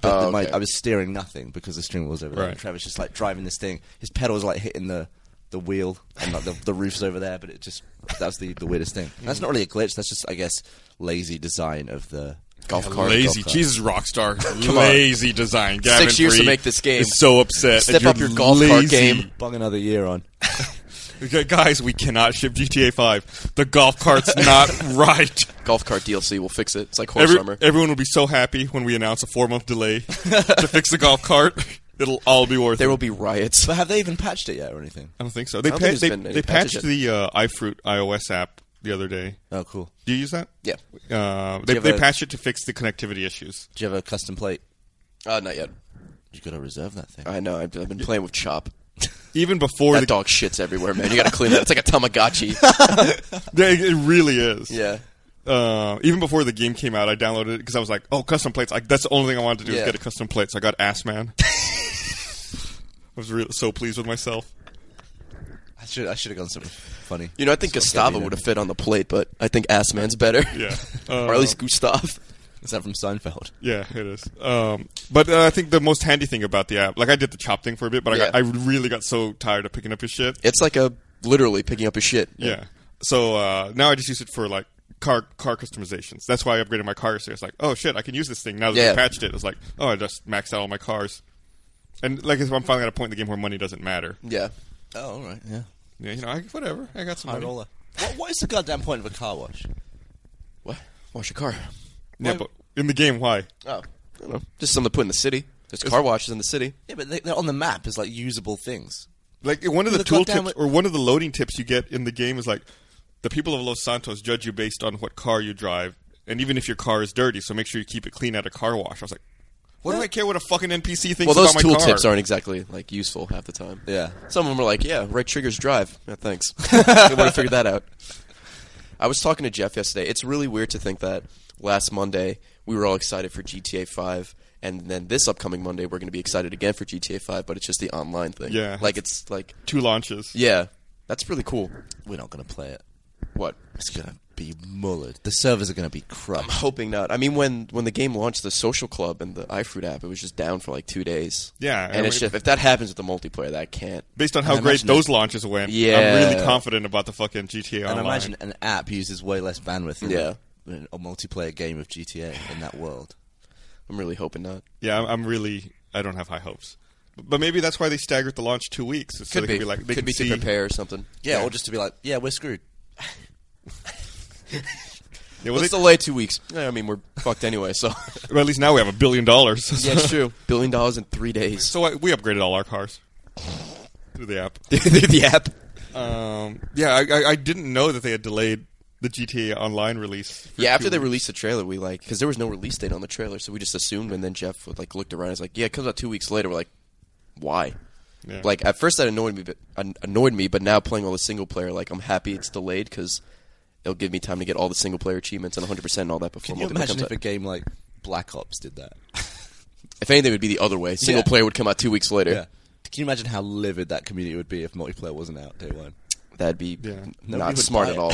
C: But
B: Oh,
C: the- my,
B: okay.
C: I was steering nothing because the steering wheel was over there.
A: Right.
C: And Travis just like driving this thing. His pedals like hitting the, the wheel and like the, the roof's over there. But it just that was the, the weirdest thing.
B: Mm.
C: That's not really a glitch. That's just I guess lazy design of the
B: Golf
C: of the
B: cart.
A: Lazy,
C: golf cart.
A: Jesus Rockstar,
B: on.
A: lazy design. Gavin
B: years to
A: Free
B: make this game.
A: Is so upset.
B: Step
A: that you're
B: up your golf cart
A: lazy.
B: game.
C: Bung another year on.
A: Okay, guys, we cannot ship GTA 5. The golf
B: [laughs]
A: cart's not right.
B: Golf cart DLC will fix it. It's like horse
A: Every,
B: armor.
A: everyone will be so happy when we announce a four month
B: [laughs]
A: delay to fix the golf cart. It'll all be worth
B: there
A: it.
B: will be
A: [laughs]
B: riots.
C: But have they even patched it yet or anything?
A: I don't think so. They,
B: don't
A: pa-
B: think there's
A: they,
B: been any
A: they
B: patches
A: patched
B: yet.
A: the uh, iFruit iOS app the other day.
C: Oh, cool.
A: Do you use that?
B: Yeah.
A: Uh, they
C: you have
A: they
C: a-
A: patched it to fix the connectivity issues.
C: Do you have a custom plate?
B: Uh, not yet.
C: You gotta reserve that thing.
B: I know. I've, I've been playing with Chop.
A: Even before
B: That
A: the,
B: dog shits everywhere, man. You got to clean that. It's like a
A: [laughs]
B: Tamagotchi.
A: they- it really is.
B: yeah.
A: Uh, even before the game came out, I downloaded it because I was like, "Oh, custom plates! I, that's the only thing I wanted to do
B: Yeah.
A: is get a custom plate." So I got Ass
B: [laughs]
A: Man. I was real so pleased with myself.
C: I should I should have gone something funny.
B: You know, I think
C: That's what
B: Gustavo
C: Gabby
B: would have
C: did.
B: fit on the plate, but I think Ass Man's better.
A: Yeah.
B: [laughs]
A: Uh,
B: or at least Gustav.
C: Is that from Seinfeld?
A: Yeah, it is. Um, but uh, I think the most handy thing about the app, like I did the chop thing for a bit, but I, got, I
B: Yeah.
A: really got so tired of picking up his shit.
B: It's like a literally picking up a shit.
A: Yeah. So uh, now I just use it for like car car customizations. That's why I upgraded my car. So it's like, oh shit, I can use this thing now that
B: Yeah.
A: they patched it. It's like, oh, I just maxed out all my cars. And like, I'm finally at a point in the game where money doesn't matter.
B: Yeah.
C: Oh, all right, yeah.
A: Yeah, you know, I, whatever. I got some money.
C: What, what is the goddamn point of a car wash?
B: What? Wash your car.
A: Yeah, but in the game, why?
B: Oh. I don't know. Just something to put in the city. There's car washes in the city.
C: Yeah, but they, they're on the map as like usable things.
A: Like one of the
C: Look
A: tool
C: what
A: tips
C: damn it-
A: or one of the loading tips you get in the game is like the people of Los Santos judge you based on what car you drive, and even if your car is dirty, so make sure you keep it clean at a car wash. I was like, what do I care what a fucking NPC thinks
B: Well, those
A: about my
B: tool
A: car?
B: tips aren't exactly like useful half the time.
C: Yeah.
B: Some of them are like, yeah, right triggers drive. Yeah, thanks. [laughs] I would have figured that out. I was talking to Jeff yesterday. It's really weird to think that last Monday we were all excited for GTA 5, and then this upcoming Monday we're going to be excited again for GTA 5, but it's just the online thing.
A: Yeah.
B: Like it's like,
A: two launches.
B: yeah, that's really cool.
C: We're not gonna play it.
B: What?
C: It's gonna be mullered. The servers are gonna be
B: I'm
C: crushed.
B: hoping not. I mean, when when the game launched, the social club and the iFruit app, it was just down for like two days.
A: Yeah,
B: and it's
A: we-
B: just if that happens with the multiplayer, that can't.
A: Based on how
C: And
A: great
C: imagine
A: those
C: it-
A: launches went, I'm
B: Yeah.
A: really confident about the fucking GTA
C: And
A: Online.
C: imagine an app uses way less bandwidth. Than
B: Yeah.
C: than A multiplayer game of GTA in that world.
B: I'm really hoping not.
A: Yeah, I'm, I'm really. I don't have high hopes, but maybe that's why they staggered the launch two weeks. So
B: could
A: they
B: be.
A: Could be like they
B: could
A: can
B: be
A: see,
B: to prepare or something.
C: Yeah, or just to be like, yeah, we're screwed.
A: Yeah, well,
B: Let's
A: they-
B: delay two weeks. Yeah, I mean,
A: [laughs]
B: we're fucked anyway. So
A: well, at least now we have a billion dollars. [laughs]
B: yeah, it's true. Billion dollars in three days.
A: So I, we upgraded all our cars through the
B: [laughs]
A: app.
B: the, [laughs] the app.
A: Um, yeah, I, I, I didn't know that they had delayed the GTA Online release. for
B: Yeah,
A: two
B: after they
A: weeks.
B: released the trailer, we like because there was no release date on the trailer, so we just assumed. And then Jeff would, like looked around. and was like, "Yeah, it comes out two weeks later." We're like, "Why?"
A: Yeah.
B: Like at first that annoyed me, but an- annoyed me. But now playing all the single player, like I'm happy it's delayed because it'll give me time to get all the single player achievements and 100 percent and all that before
C: Can you
B: multiplayer
C: imagine
B: comes
C: if
B: out.
C: a game like Black Ops did that?
B: If anything, it would be the other way. Single
C: Yeah.
B: player would come out two weeks later.
C: yeah. Can you imagine how livid that community would be if multiplayer wasn't out day one?
B: That'd be
A: Yeah.
B: n-
C: Nobody
B: not
C: would
B: smart
C: buy
B: at
C: it.
B: all.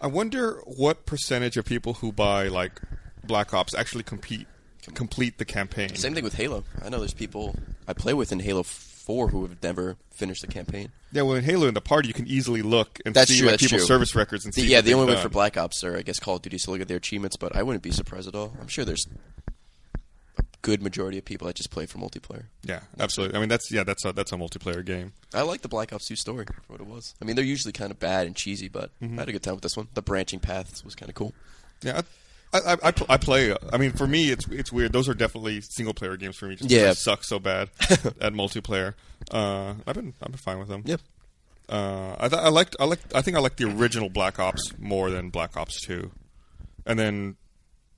A: I wonder what percentage of people who buy like Black Ops actually compete complete the campaign.
B: [laughs] Same thing with Halo. I know there's people I play with in Halo 4 who have never finished the campaign.
A: Yeah, well, in Halo in the party, you can easily look and
B: That's
A: see
B: true,
A: like,
B: that's
A: people's
B: true.
A: service records and
B: The-
A: see.
B: yeah,
A: what
B: the
A: they've
B: only way
A: done.
B: for Black Ops or I guess Call of Duty is to look at their achievements, but I wouldn't be surprised at all. I'm sure there's a good majority of people that just play for multiplayer.
A: Yeah, absolutely. I mean, that's yeah, that's a that's a multiplayer game.
B: I like the Black Ops 2 story for what it was. I mean, they're usually kind of bad and cheesy, but I had a good time with this one. The branching paths was kind of cool.
A: Yeah. I, I, I, pl- I play. I mean, for me, it's it's weird. Those are definitely single player games for me. Just 'cause
B: Yeah.
A: I suck so
B: [laughs]
A: bad at multiplayer. Uh, I've been I've been fine with them.
B: Yeah.
A: Uh, I, th- I liked I liked I think I liked the original Black Ops more than Black Ops Two, and then [sighs]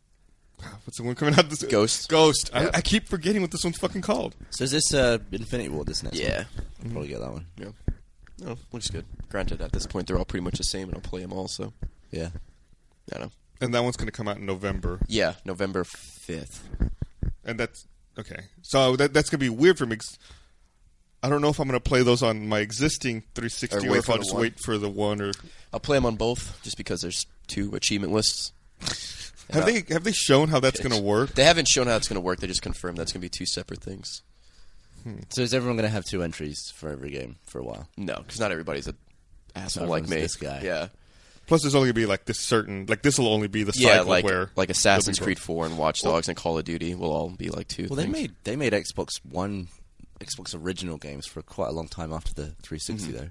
A: what's the one coming out? This
B: Ghost.
A: Ghost. I, I keep forgetting what this one's fucking called.
C: So is this uh, Infinity War this next?
B: Yeah.
C: one? I'll probably get that one.
B: Yeah. No, looks good. Granted, at this point, they're all pretty much the same, and I'll play them all, so
C: Yeah.
B: I don't know.
A: And that one's going to come out in November.
B: Yeah, November 5th.
A: and that's okay. So that, that's gonna be weird for me. 'cause I don't know if I'm gonna play those on my existing 360
B: Or
A: or,
B: wait
A: if
B: for
A: I'll
B: the
A: just
B: one.
A: wait for the one. Or
B: I'll play them on both just because there's two achievement lists. Uh,
A: Have they have they shown how that's going to work?
B: They haven't shown how it's going to work. They just confirmed that's going to be two separate things.
C: So is everyone going to have two entries for every game for a while?
B: No, because not everybody's an asshole like
C: everyone's
B: me.
C: this guy.
B: Yeah.
A: Plus, there's only going to be like this certain like this will only be the
B: Yeah,
A: cycle
B: like
A: where
B: like Assassin's
A: they'll be
B: Creed 4 and Watch Dogs and Call of Duty will all be like two.
C: Well, they
B: things.
C: made they made Xbox One, Xbox original games for quite a long time after the 360 though.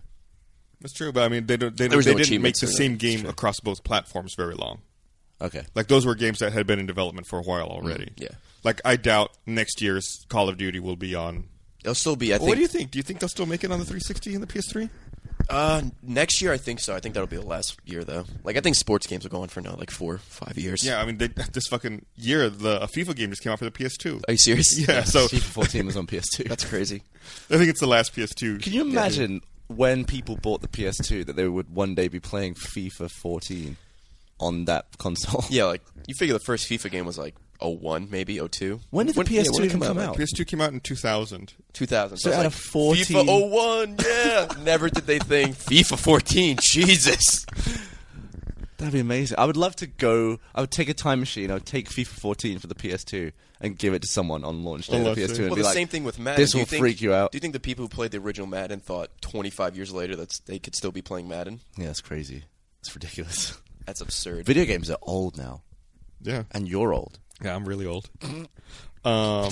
A: That's true, but I mean they don't they,
B: There was
A: they
B: no
A: didn't make
B: achievements
A: the
B: in it.
A: same game across both platforms very long.
C: Okay,
A: Like those were games that had been in development for a while already.
B: Mm, yeah.
A: Like I doubt next year's Call of Duty will be on.
B: They'll still be. I
A: what do you
B: think
A: think? Do you think they'll still make it on the 360 and the PS3?
B: uh, next year. I think so. I think that'll be the last year though. Like I think sports games will go on for now like four, five years.
A: Yeah, I mean they, [laughs] this fucking year the a FIFA game just came out for the PS2.
B: Are you serious?
A: yeah,
C: [laughs]
A: so
C: FIFA 14 was on [laughs] PS2.
B: [laughs] That's crazy.
A: I think it's the last PS2.
D: Can you imagine when people bought the PS2 that they would one day be playing FIFA 14 on that console?
B: Yeah, like you figure the first FIFA game was like 01, maybe 02.
D: When did the
B: yeah,
D: PS2
B: did it
D: even come out?
A: PS2 came out in 2000.
B: 2000.
D: So
B: it's
D: out
B: like
D: of 14
B: FIFA 01, yeah.
D: [laughs]
B: Never did they think FIFA 14. Jesus.
D: That'd be amazing. I would love to go. I would take a time machine. I would take FIFA 14 for the PS2 and give it to someone on launch day
A: Oh,
D: of
A: I
D: the
A: see.
D: PS2 and
B: Well,
D: be
B: the
D: like,
B: same thing with Madden.
D: "This
B: Do
D: will
B: think-
D: freak you out."
B: Do you think the people who played the original Madden thought 25 years later that they could still be playing Madden?
C: yeah, that's crazy. It's ridiculous. [laughs]
B: That's absurd.
C: Video games are old now,
A: Yeah.
C: and you're old.
A: Yeah, I'm really old. [laughs] Um,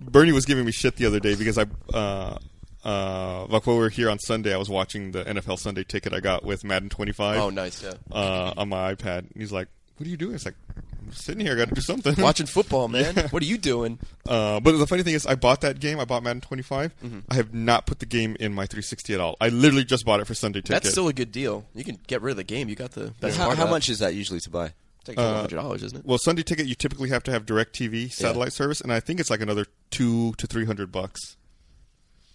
A: Bernie was giving me shit the other day because I, uh, uh, like while we were here on Sunday, I was watching the NFL Sunday ticket I got with Madden 25
B: oh, nice. Yeah. [laughs]
A: uh, on my iPad. And he's like, "What are you doing?" It's like, "I'm just sitting here. I got to do something."
B: Watching football, man. What are you doing?
A: [laughs] Uh, but the funny thing is, I bought that game. I bought Madden 25. I have not put the game in my 360 at all. I literally just bought it for Sunday ticket.
B: That's still a good deal. You can get rid of the game. You got the best
C: How,
B: part.
C: how much is that usually to buy?
B: It's like
D: uh,
B: $100, isn't it?
A: well, Sunday ticket you typically have to have Direct TV satellite service, and I think it's like another two to three hundred bucks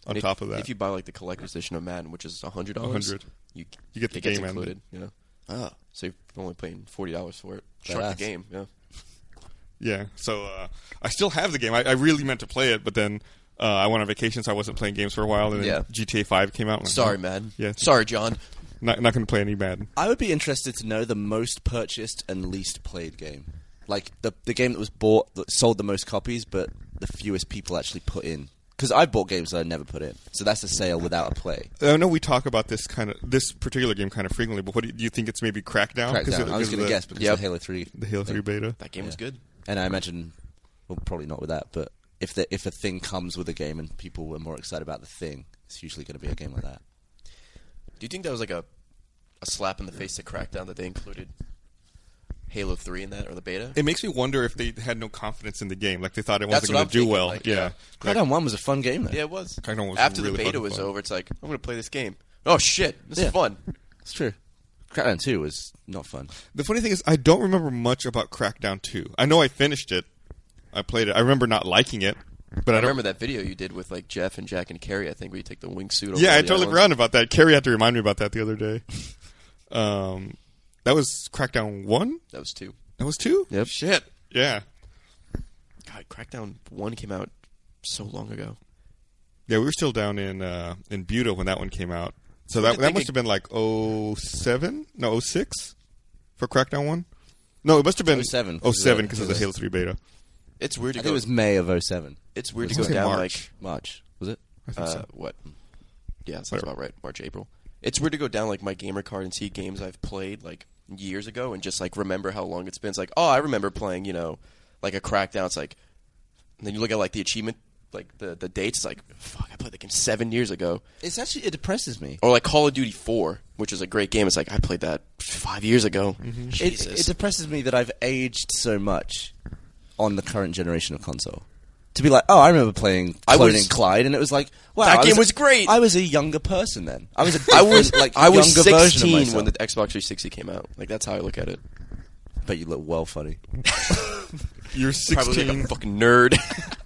A: on
B: And if-
A: top of that.
B: If you buy like the collector's edition of Madden, which is $100,
A: $100.
B: You,
A: You get the
B: it gets
A: game and-
B: included. Yeah.
A: Ah.
C: Oh,
B: So you're only paying forty dollars for it. Shark
C: Badass.
B: the game, yeah.
A: Mm-hmm. Yeah. So uh, I still have the game. I, I really meant to play it, but then uh, I went on vacation, so I wasn't playing games for a while. And then
B: Yeah.
A: GTA Five came out. and I'm
B: Sorry,
A: like,
B: man.
A: Yeah.
B: Sorry, John.
A: Not, not going to play any Madden.
C: I would be interested to know the most purchased and least played game, like the the game that was bought that sold the most copies, but the fewest people actually put in. Because I bought games that I never put in, so that's a sale without a play.
A: I know we talk about this kind of this particular game kind of frequently, but what do you, do you think it's maybe Crackdown? Oh, 'Cause
C: Crackdown.
A: it-
C: I was going
A: the-
C: to guess because
B: Yep.
C: of the Halo Three,
A: the Halo Three beta.
B: That game was good.
C: and I imagine, well, probably not with that, but if the if a thing comes with a game and people were more excited about the thing, it's usually going to be a game like that.
B: Do you think that was like a a slap in the face to Crackdown that they included Halo Three in that or the beta?
A: It makes me wonder if they had no confidence in the game, like they thought it
B: That's
A: wasn't
B: what
A: going
B: I'm
A: to do
B: thinking,
A: well.
B: like,
A: yeah.
B: yeah.
A: Like,
C: Crackdown One was a fun game though.
B: yeah, it was.
A: Crackdown was
B: After
A: really
B: the
A: fun
B: beta
A: to
B: was
A: play.
B: over, it's like I'm gonna play this game. Oh shit, this
C: Yeah.
B: is fun.
C: it's true. Crackdown Two was not fun.
A: the funny thing is, I don't remember much about Crackdown Two. I know I finished it. I played it. I remember not liking it, but I,
B: I
A: don't
B: remember that video you did with like Jeff and Jack and Carrie. I think where you take the wingsuit. Over
A: Yeah,
B: all
A: I
B: the
A: totally
B: other
A: forgot
B: ones.
A: about that. Carrie had to remind me about that the other day. Um, that was Crackdown one.
B: That was two.
A: That was two.
B: Yep. Shit.
A: Yeah,
B: God, Crackdown One came out so long ago.
A: yeah. We were still down in uh, in Buta when that one came out. So
B: What
A: that
B: did
A: that
B: they
A: must have
B: get-
A: been like 07? no 06 for Crackdown one. No, it must have been
C: 07, 'cause of the-
A: 07 because of the
C: yeah.
A: Halo three beta.
B: It's
C: I
B: weird to
C: think it
B: go.
C: was May of 07.
B: it's
A: I
B: weird to go
A: think
B: down
A: March.
B: like
C: March was it?
A: I think
B: uh,
A: so.
B: what? Yeah, that sounds
A: Whatever.
B: about right. March, April. It's weird to go down like my gamer card and see games I've played like years ago and just like remember how long it's been. It's like, oh, I remember playing, you know, like a Crackdown. It's like, and then you look at like the achievement, like the the dates. It's like, fuck, I played the game seven years ago.
C: It's actually it depresses me.
B: Or like Call of Duty Four, which is a great game. It's like I played that five years ago.
C: It,
B: Jesus,
C: it depresses me that I've aged so much on the current generation of console. To be like, oh, I remember playing
B: I
C: Clone
B: was-
C: and Clyde, and it was like, wow,
B: That
C: I
B: game was great.
C: I was a younger person then. I was, a
B: I was
C: different, like,
B: [laughs] I was
C: younger version of
B: sixteen
C: myself.
B: when the Xbox 360 came out. Like that's how I look at it.
C: But you look well funny.
A: You're
B: Probably
A: sixteen.
B: like a fucking nerd.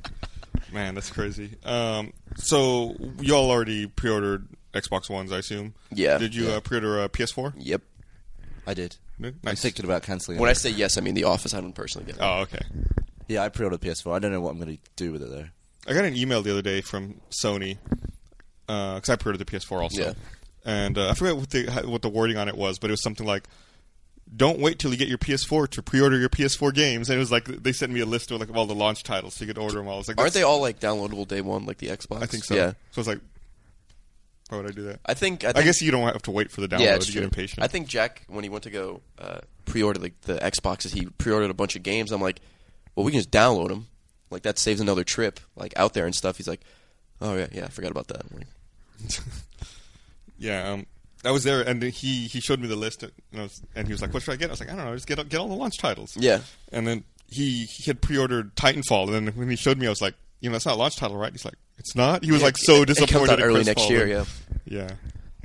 C: [laughs]
A: Man, that's crazy. Um, so y'all already pre-ordered Xbox Ones, I assume.
B: Yeah.
A: Did you uh, pre-order a PS4?
B: yep.
C: I did. I'm
A: Nice.
C: thinking about cancelling.
B: When I
C: it.
B: say yes, I mean the office. I haven't personally done.
A: Oh, okay.
C: yeah, I pre-ordered PS4. I don't know what I'm going to do with it though.
A: I got an email the other day from Sony uh, because I pre-ordered the PS4 also,
B: Yeah.
A: and uh, I forget what the what the wording on it was, but it was something like, don't wait till you get your PS4 to pre-order your PS4 games. And it was like they sent me a list of like of all the launch titles, so you could order them all. I was like,
B: Aren't
A: that's-
B: they all like downloadable day one, like the Xbox?
A: I think so.
B: Yeah,
A: So I was like, why would I do that?
B: I think. I, think,
A: I guess you don't have to wait for the download
B: yeah,
A: to
B: it's
A: get
B: true.
A: impatient.
B: I think Jack, when he went to go uh, pre-order like the Xboxes, he pre-ordered a bunch of games. I'm like, well, we can just download them. Like that saves another trip, like out there and stuff. He's like, oh yeah, yeah, I forgot about that. I'm like,
A: [laughs] Yeah, um, I was there, and he he showed me the list, and, I was, and he was like, "What should I get?" I was like, "I don't know, just get get all the launch titles."
B: Yeah.
A: and then he he had pre-ordered Titanfall, and then when he showed me, I was like, "You know, that's not a launch title, right?" He's like, "It's not." He was like so
B: it- it comes
A: disappointed.
B: out
A: at
B: early
A: Chris
B: next
A: Paul
B: year,
A: that- yeah.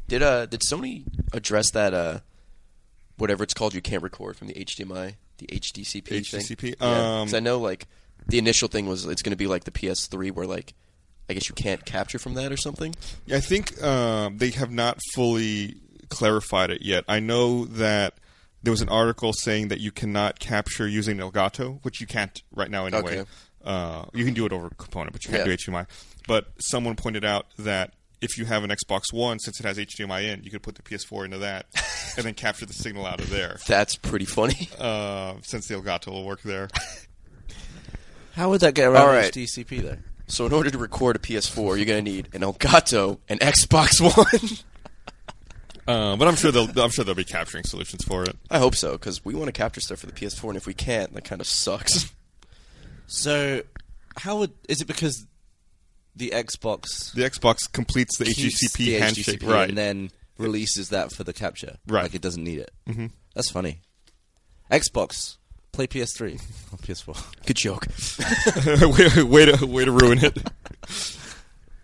B: Did uh did Sony address that uh whatever it's called you can't record from the HDMI the HDCP
A: HDCP? Um,
B: Because I know like the initial thing was it's going to be like the PS3 where like I guess you can't capture from that or something.
A: Yeah, I think um, they have not fully clarified it yet. I know that there was an article saying that you cannot capture using Elgato, which you can't right now anyway.
B: Okay.
A: Uh, you can do it over component, but you can't
B: Yeah.
A: do HDMI. But someone pointed out that if you have an Xbox One, since it has HDMI in, you could put the PS4 into that and then capture the signal out of there.
B: That's pretty funny. [laughs]
A: Uh, since the Elgato will work there,
E: How would that get around
B: All right.
E: HDCP though?
B: so in order to record a PS4, you're going to need an Elgato, an Xbox [laughs] One.
A: uh, but I'm sure they'll I'm sure they'll be capturing solutions for it.
B: I hope so because we want to capture stuff for the PS4, and if we can't, that kind of sucks. [laughs]
E: So, how would is it because the Xbox
A: The Xbox completes the
E: keeps
A: HDCP
E: the
A: handshake,
E: HDCP
A: right?
E: and then releases that for the capture?
A: Right.
E: like it doesn't need it. Mm-hmm. That's funny. Xbox, play PS3 [laughs] or PS4.
B: Good joke.
A: [laughs] way, way to way to ruin it.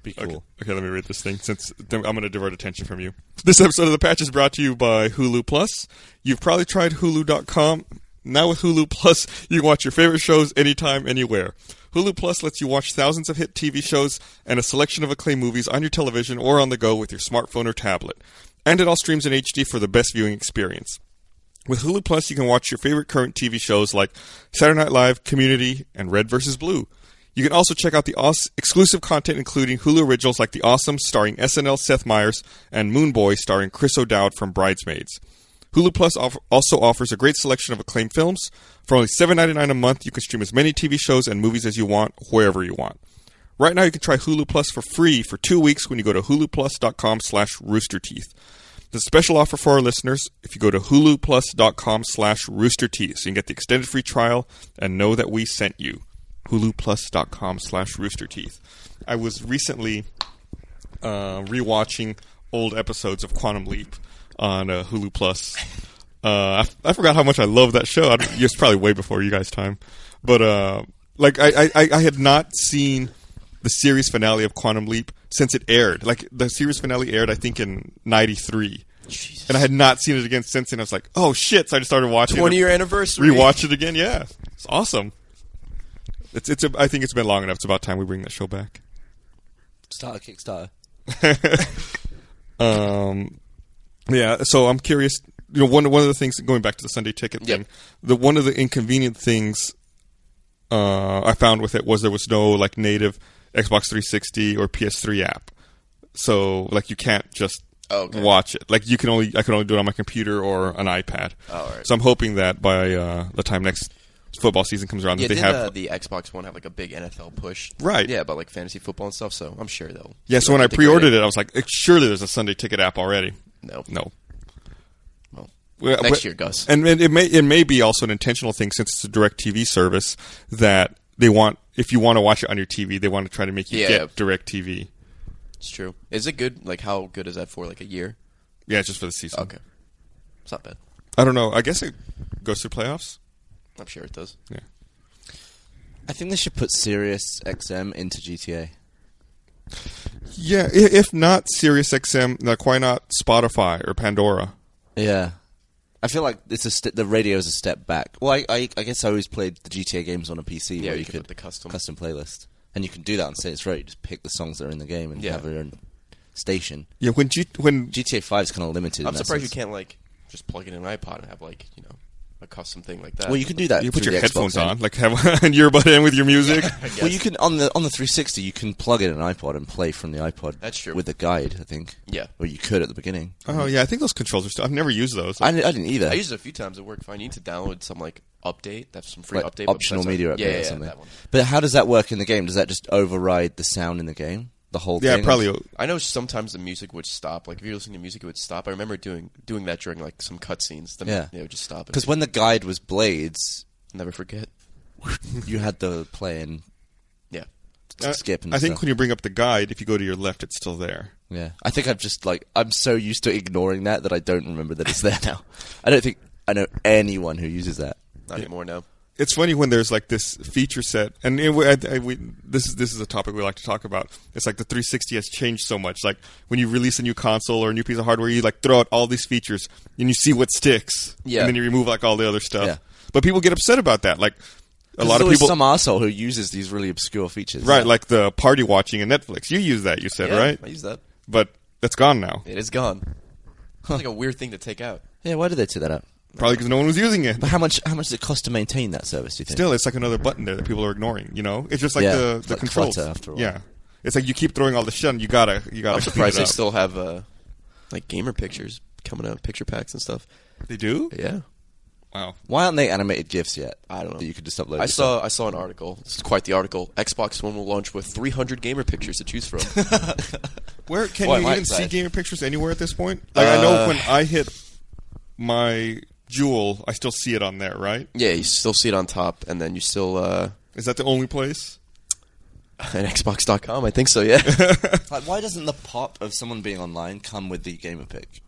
E: Be cool.
A: Okay, okay, let me read this thing since then I'm going to divert attention from you. This episode of The Patch is brought to you by Hulu Plus. You've probably tried Hulu.com. Now with Hulu Plus, you can watch your favorite shows anytime, anywhere. Hulu Plus lets you watch thousands of hit TV shows and a selection of acclaimed movies on your television or on the go with your smartphone or tablet. And it all streams in HD for the best viewing experience. With Hulu Plus, you can watch your favorite current TV shows like Saturday Night Live, Community, and Red vs. Blue. You can also check out the aus- exclusive content, including Hulu originals like The Awesome, starring SNL Seth Meyers, and Moon Boy, starring Chris O'Dowd from Bridesmaids. Hulu Plus off- also offers a great selection of acclaimed films. For only $7.99 a month, you can stream as many TV shows and movies as you want, wherever you want. Right now, you can try Hulu Plus for free for two weeks when you go to huluplus.com slash roosterteeth. The special offer for our listeners, if you go to huluplus.com slash roosterteeth, so you can get the extended free trial and know that we sent you. huluplus.com slash roosterteeth. I was recently uh, rewatching old episodes of Quantum Leap on uh, Hulu Plus. Uh, I, f- I forgot how much I love that show. I, don't- it's probably way before you guys' time, but uh, like I, I- I, I had not seen the series finale of Quantum Leap since it aired. Like the series finale aired, I think in '93, and I had not seen it again since. And I was like, oh shit! So I just started watching. it.
B: 20-year anniversary.
A: Rewatch it again. Yeah, it's awesome. It's it's. A, I think it's been long enough. It's about time we bring that show back.
E: Start a Kickstarter.
A: [laughs] Um, yeah. So I'm curious. You know, one one of the things going back to the Sunday ticket
B: Yep.
A: thing, the one of the inconvenient things uh, I found with it was there was no like native Xbox 360 or PS3 app. So like you can't just
B: Oh, okay.
A: watch it. Like you can only I can only do it on my computer or an iPad.
B: Oh, all right.
A: So I'm hoping that by uh, the time next football season comes around,
B: Yeah,
A: that they
B: did
A: have
B: uh, the Xbox One have like a big NFL push?
A: Right.
B: Yeah, about like fantasy football and stuff. So I'm sure they'll.
A: yeah. So when I pre-ordered it, I was like, surely there's a Sunday ticket app already.
B: No.
A: No.
B: Well,
A: Well,
B: next
A: but-
B: year, Gus.
A: And, and it may it may be also an intentional thing since it's a direct TV service that they want if you want to watch it on your TV, they want to try to make you
B: Yeah.
A: get direct TV.
B: it's true. Is it good? Like, how good is that for? Like a year?
A: Yeah, just for the season.
B: Okay, it's not bad.
A: I don't know. I guess it goes through playoffs.
B: I'm sure it does.
A: Yeah.
E: I think they should put Sirius XM into GTA.
A: Yeah, i- if not SiriusXM, like why not Spotify or Pandora?
E: Yeah. I feel like it's a st- the radio is a step back. Well, I, I, I guess I always played the GTA games on a PC
B: Yeah,
E: where
B: you
E: you,
B: could
E: could,
B: put the custom.
E: custom playlist, and you can do that on Saints Row. You just pick the songs that are in the game and
B: Yeah.
E: have your own station.
A: Yeah, when G- when
E: GTA Five is kind of limited.
B: I'm
E: in that
B: surprised you
E: sense.
B: can't like just plug in an iPod and have like you know a custom thing like that.
C: Well, you can do that.
A: You put
C: through
A: your
C: the Xbox
A: headphones
C: eh? app.
A: on, like have [laughs] an earbud in with your music.
C: Well, you can on the on the 360, you can plug in an iPod and play from the iPod.
B: That's true.
C: With a guide, I think.
B: Yeah.
C: Or you could at the beginning.
A: oh yeah, I think those controls are still. I've never used those.
C: I, I didn't either.
B: I used it a few times at work. If I need to download some like update, that's some free
C: like,
B: update. but
C: optional
B: besides
C: media
B: that-
C: update
B: yeah, yeah,
C: or
B: yeah,
C: something.
B: that one.
C: But how does that work in the game? Does that just override the sound in the game? The whole
A: yeah,
C: thing?
A: probably. uh,
B: I know sometimes the music would stop. Like if you're listening to music, it would stop. I remember doing doing that during like some cutscenes. Then
C: Yeah.
B: they would just stop.
C: Because when the guide was Blades,
B: never forget.
C: you had the playing
B: Yeah,
A: uh,
C: skip and
A: I think
C: stuff.
A: when you bring up the guide, if you go to your left, it's still there.
C: Yeah, I think I've just like I'm so used to ignoring that that I don't remember that it's there [laughs] now. I don't think I know anyone who uses that.
B: not anymore now.
A: it's funny when there's like this feature set, and it, I, I, we, this is this is a topic we like to talk about. It's like the 360 has changed so much. Like when you release a new console or a new piece of hardware, you like throw out all these features and you see what sticks,
C: Yeah.
A: and then you remove like all the other stuff.
C: Yeah.
A: But people get upset about that. Like a
C: 'Cause
A: lot
C: there's
A: of
C: always
A: people,
C: some asshole who uses these really obscure features,
A: right? Like the party watching in Netflix. You use that, you said,
B: Yeah,
A: right?
B: I use that.
A: But that's gone now.
B: It is gone. It's like a weird thing to take out.
C: Yeah, why did they take that out?
A: Probably because no one was using it.
C: But how much how much does it cost to maintain that service? Do you
A: [laughs]
C: think?
A: Still, it's like another button there that people are ignoring. You know, it's just like
C: Yeah.
A: the
C: It's
A: the
C: like
A: controls.
C: clutter after a while.
A: Yeah, it's like you keep throwing all the shit, and you gotta you gotta.
B: I'm
A: clean
B: surprised
A: it
B: they
A: up.
B: still have uh, like gamer pictures coming out, picture packs and stuff.
A: They do?
B: Yeah,
A: Wow.
C: Why aren't they animated GIFs yet?
B: I don't know.
C: That you could just upload.
B: I
C: yourself?
B: saw I saw an article. This is quite the article. Xbox One will launch with 300 gamer pictures to choose from.
A: Where can
C: Why
A: you
C: am I
A: even see
C: excited?
A: gamer pictures anywhere at this point? Like I know
B: Uh,
A: when I hit my jewel, I still see it on there, right?
B: yeah, you still see it on top, and then you still uh,
A: Is that the only place? [laughs]
B: on Xbox.com. I think so. Yeah, that'd
C: Like, why doesn't the pop of someone being online come with the gamer pick?